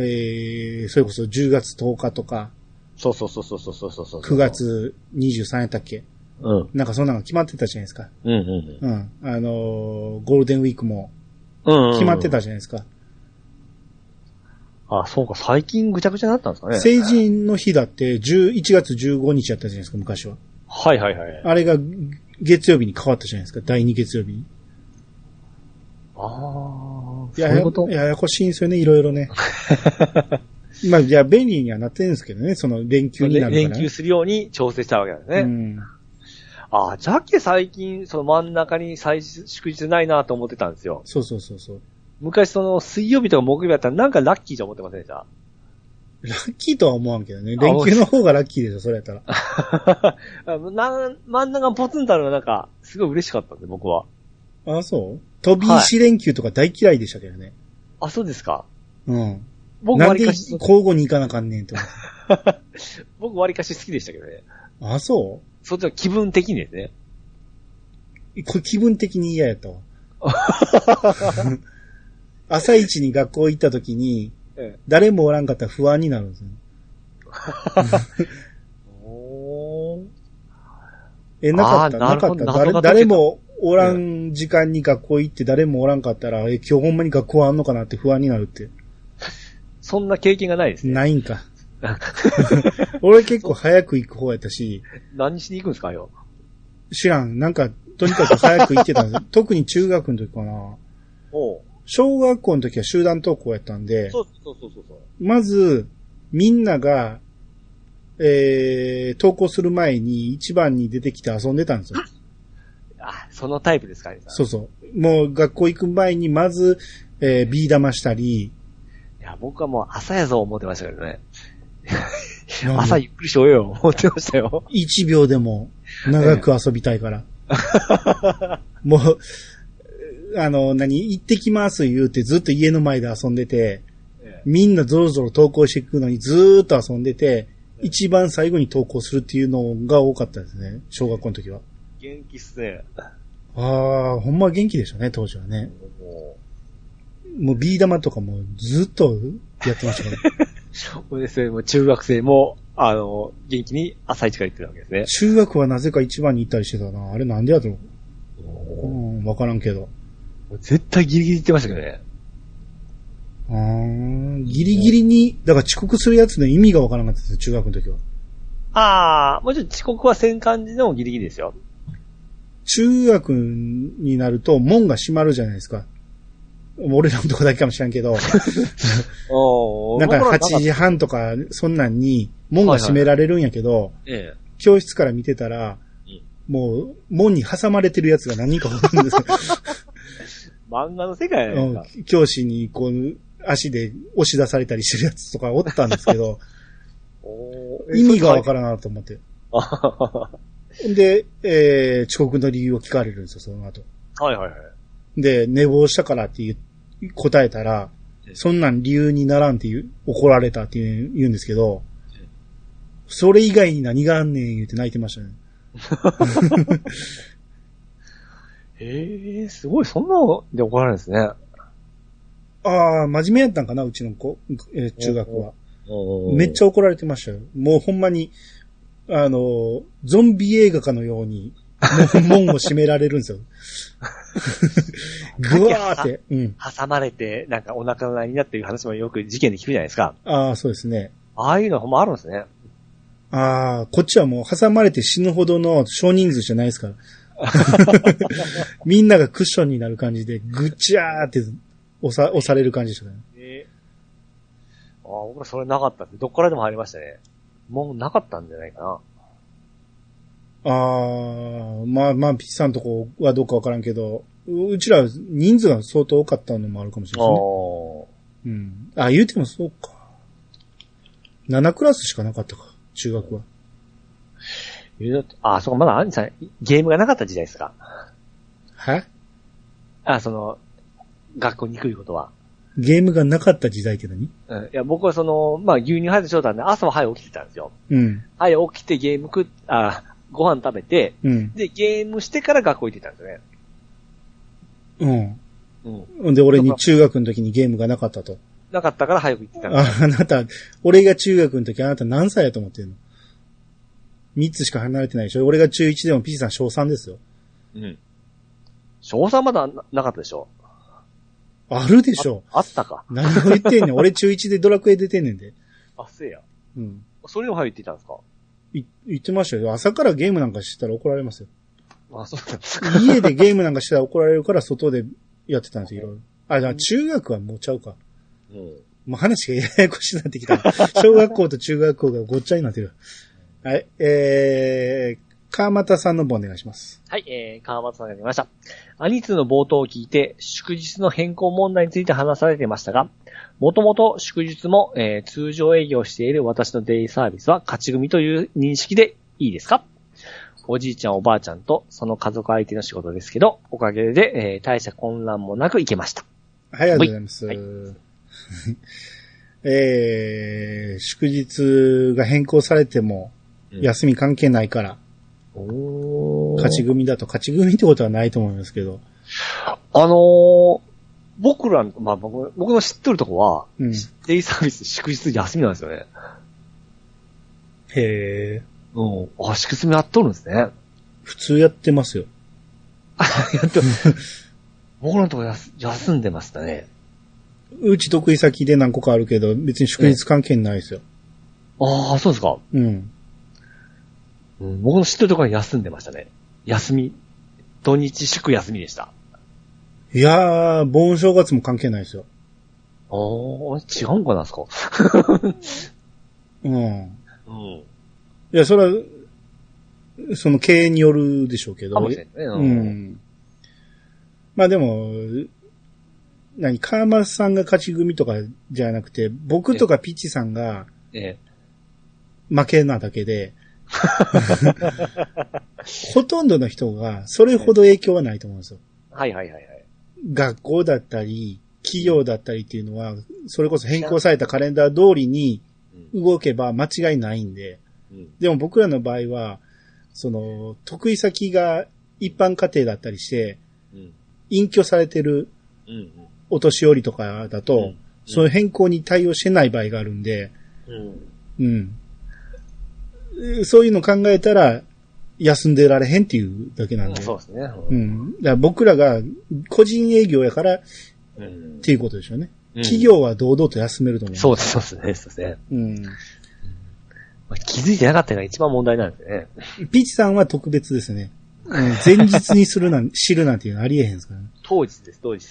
えー、それこそ10月10日とか、
そうそうそうそうそうそうそうそう。
9。月23やったっけ
うん。うん
なんかそんなの決まってたじゃないですか。
うんうん。
うん。あのーゴールデンウィークも
うんうんうん
決まって。たじゃないですか。
あ、そうか、最近ぐちゃぐちゃになったんですかね。
成人の日だって11月15日やったじゃないですか、昔は。
はいはいはい。あ
あれが月曜日に変わったじゃないですか、第2月曜日に。
あー、そう
や
いうこと
やややこしいんですよね、いろいろ
[laughs]
ね。まあ、じゃあ便利にはなってるんですけどね、その連休になるから、
連
ね。
休するように調整したわけなんですね。
うん。
ああ、じゃけ最近、その真ん中に最祝日ないなと思ってたんですよ。
そうそうそうそう。
昔その水曜日とか木曜日だったらなんかラッキーと思ってませんでした。 [laughs]
ラッキーとは思わんけどね。
あ
連休の方がラッキーですよ、それやったら。
あな真ん中ポツンとあるのがなんか、すごい嬉しかったんで、僕は。
あ、そう飛び石連休とか大嫌いでしたけどね。
あ、そうですか。
うん。
僕
なん
割
で
りかし
交、互に行かなあかん
[laughs]
ねんと思って。
僕割りかし好きでしたけどね。
あ、そ
そっちは気分的にですね。
うこれ気分的に嫌やったわ。
[laughs]
朝一に学校行った時に、
え
誰もおらんかったら不安になるんですよ。
え、お
え、なかった、
あーな
な
る
か
ほ
っ
ど
た。
謎
誰
が解けた
誰もおらん時間に学校行って誰もおらんかったら、え、今日ほんまに学校あんのかなって不安になるって。
そんな経験がないですね。
ないん
[laughs]
か。俺結構早く行く方やったし、
何しに行くんですかよ。
知らん。なんか、とにかく早く行ってた
[laughs]
んです特に中学の時かな。
おう
小学校の時は集団登校やったんで、
そうそうそうそうそう。
まず、みんなが、えー、登校する前に一番に出てきて遊んでたんですよ。
あ、そのタイプですかね。
そうそう。もう学校行く前にまず、えー、ビー玉したり、
いや、僕はもう朝やぞ思ってましたけどね。
なんで
[laughs] 朝ゆっくりしようよ思ってましたよ。
一秒でも長く遊びたいから。
[laughs]
もう、あの、何、行ってきます言うてずっと家の前で遊んでて、
え
みんなぞろぞろ投稿していくのにずーっと遊んでて、一番最後に投稿するっていうのが多かったですね。小学校の時は。
元気っすね。
ああ、ほんま元気でしたね、当時はね。
も
もうビー玉とかもずっとやってましたから。
う、これですね、もう中学生も、あの、元気に朝一から行ってたわけですね。
中学はなぜか一番に行ったりしてたな。あれなんでやと思う。うん、わからんけど。
もう絶対ギリギリ行ってましたけどね。
うーんギリギリに、だから遅刻するやつの意味がわからなかったですよ、中学の時は。
ああ、もちろん遅刻はせん感じのギリギリですよ。
中学になると門が閉まるじゃないですか。俺らのとこだけかもしれんけど、
お
なんか8
時。
時半とか、そんなんに門が閉められるんやけど、
ええ。
教室から見てたら、もう、門に挟まれてるやつが何人かおるんです [laughs] よ。
漫画の世界やないですか。
うん教師に、こう、足で押し出されたりしてるやつとかおったんですけど、
お
意味がわかららんなと思って。
ん。は
で、えー遅刻の理由を聞かれるんですよ、その後。
い [laughs] はいはい。
で、寝坊したからって言う答えたら
う、ん
そんなん理由にならんって言う、怒られたっていう言うんですけど、それ以外に何があんねん言うて泣いてましたね。
ええ、すごい、そんなので怒られるんですね。
ああ、真面目やったんかな、うちの子、えー中学は。め
め
っちゃ怒られてましたよ。もうほんまに、あのー、ゾンビ映画かのように、もう門を閉められるんですよ。ぐわーって。うん。
挟まれて、なんかお腹の内になっていう話もよく事件で聞くじゃないですか。
ああ、そうですね。
ああいうのはほんまあるんですね。
ああ、こっちはもう挟まれて死ぬほどの少人数じゃないですから。みんながクッションになる感じで、ぐちゃーって押さ押される感じでしたね。
えああ、僕らそれなかったです。どっからでも入りましたね。もうなかったんじゃないかな。
ああ、まあまあ、ピッチさんとこはどうかわからんけど、ううちら人数が相当多かったのもあるかもしれ
あ
ないですね。
ー
うん。あ、言うてもそうか。7クラスしかなかったか、中学は。
いやだってあー、そうか、まだアンさん、ゲームがなかった時代ですか。
は
あーその、学校に行くいうことは。
ゲームがなかった時代って何
うん、いや、僕はその、まあ、牛乳入ってしょうたんで、朝は早く起きてたんですよ。
うん、
早く起きてゲーム食っ、あー [laughs] ご飯食べて、
うん、
で、ゲームしてから学校行ってたんですよね。
うん。
うん。
ほんで、俺に中学の時にゲームがなかったと。
なかったから早く行ってたんです
あ
よ
あなた、俺が中学の時あなた何歳やと思ってんの ?3 つしか離れてないでしょ俺が中1でもピチさん小3ですよ。
うん。賞賛まだななかったでしょ
あるでしょ。
あったか。
何を言ってん [laughs] ねん。俺中1でドラクエ出てんねんで。
あ、せや。
うん。
それでも入っていたんですか
い言ってましたよ。朝からゲームなんかしてたら怒られますよ。
あ、そうなんですか。
家でゲームなんかしてたら怒られるから外でやってたんですよ、いろいろ。あ、だから中学はもうちゃうか。
うん。
もう話がややこしになってきた。 [laughs] 小学校と中学校がごっちゃになってる。はい、えー、川又さんの方お願いします。
はい、えー、川松さんが出ました。アニツの冒頭を聞いて、祝日の変更問題について話されていましたが、もともと祝日も、えー通常営業している私のデイサービスは勝ち組という認識でいいですかおじいちゃんおばあちゃんとその家族相手の仕事ですけど、おかげで、えー大した混乱もなくいけました。
はい、ありがとうございます。
はい
[laughs] えー、祝日が変更されても、休み関係ないから、
お
勝ち組だと、勝ち組ってことはないと思いますけど。
あのー僕らの、まあ、僕僕の知ってるとこは、
うん。
デイサービス祝日休みなんですよね。
へー。
うん。あ、祝日もやっとるんですね。
普通やってますよ。
やっと、僕のとこ休休んでましたね。
うち得意先で何個かあるけど、別に祝日関係ないですよ。
ああ、そうですか。
うん。
うん、僕の知ってるところは休んでましたね。休み。土日祝休みでした。あ
いやー、盆正月も関係ないですよ。
あ、違うんかな、すか。
うん。
うん。
いや、それは、その経営によるでしょうけど。
かもしれないね。
う。ん。まあでも、何、川松さんが勝ち組とかじゃなくて、僕とかピッチさんが
ええ。
負けなだけ
[laughs]
で、 [laughs] ほとんどの人がそれほど影響はないと思うんですよ。
はいはいはいはい。
学校だったり、企業だったりっていうのは、それこそ変更されたカレンダー通りに
うん。
動けば間違いないんで、
うん。
でも僕らの場合は、その、得意先が一般家庭だったりして、
うん。
隠居されてる
うん。
お年寄りとかだと、
うん
そういう変更に対応してない場合があるんで、
うん。
うん。そういうの考えたら、休んでられへんっていうだけなんで。
そうですね。
うん。だから僕らが個人営業やからっ
うん。
ていうことでしょうね。
うん
企業は堂々と休めると思う。
そうです、そうですね。そうですね。
う。ん。
まあ気づいてなかったのが一番問題なんですね。
ピーチさんは特別ですね。うん前日にする
[laughs]
なん、知るなんていうのありえへんですからね。 [laughs]
当日です、当日。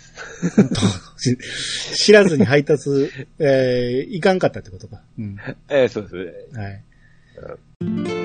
し知らずに配達、えーいかんかったってことか。うん。
ええ、そうです。
はい。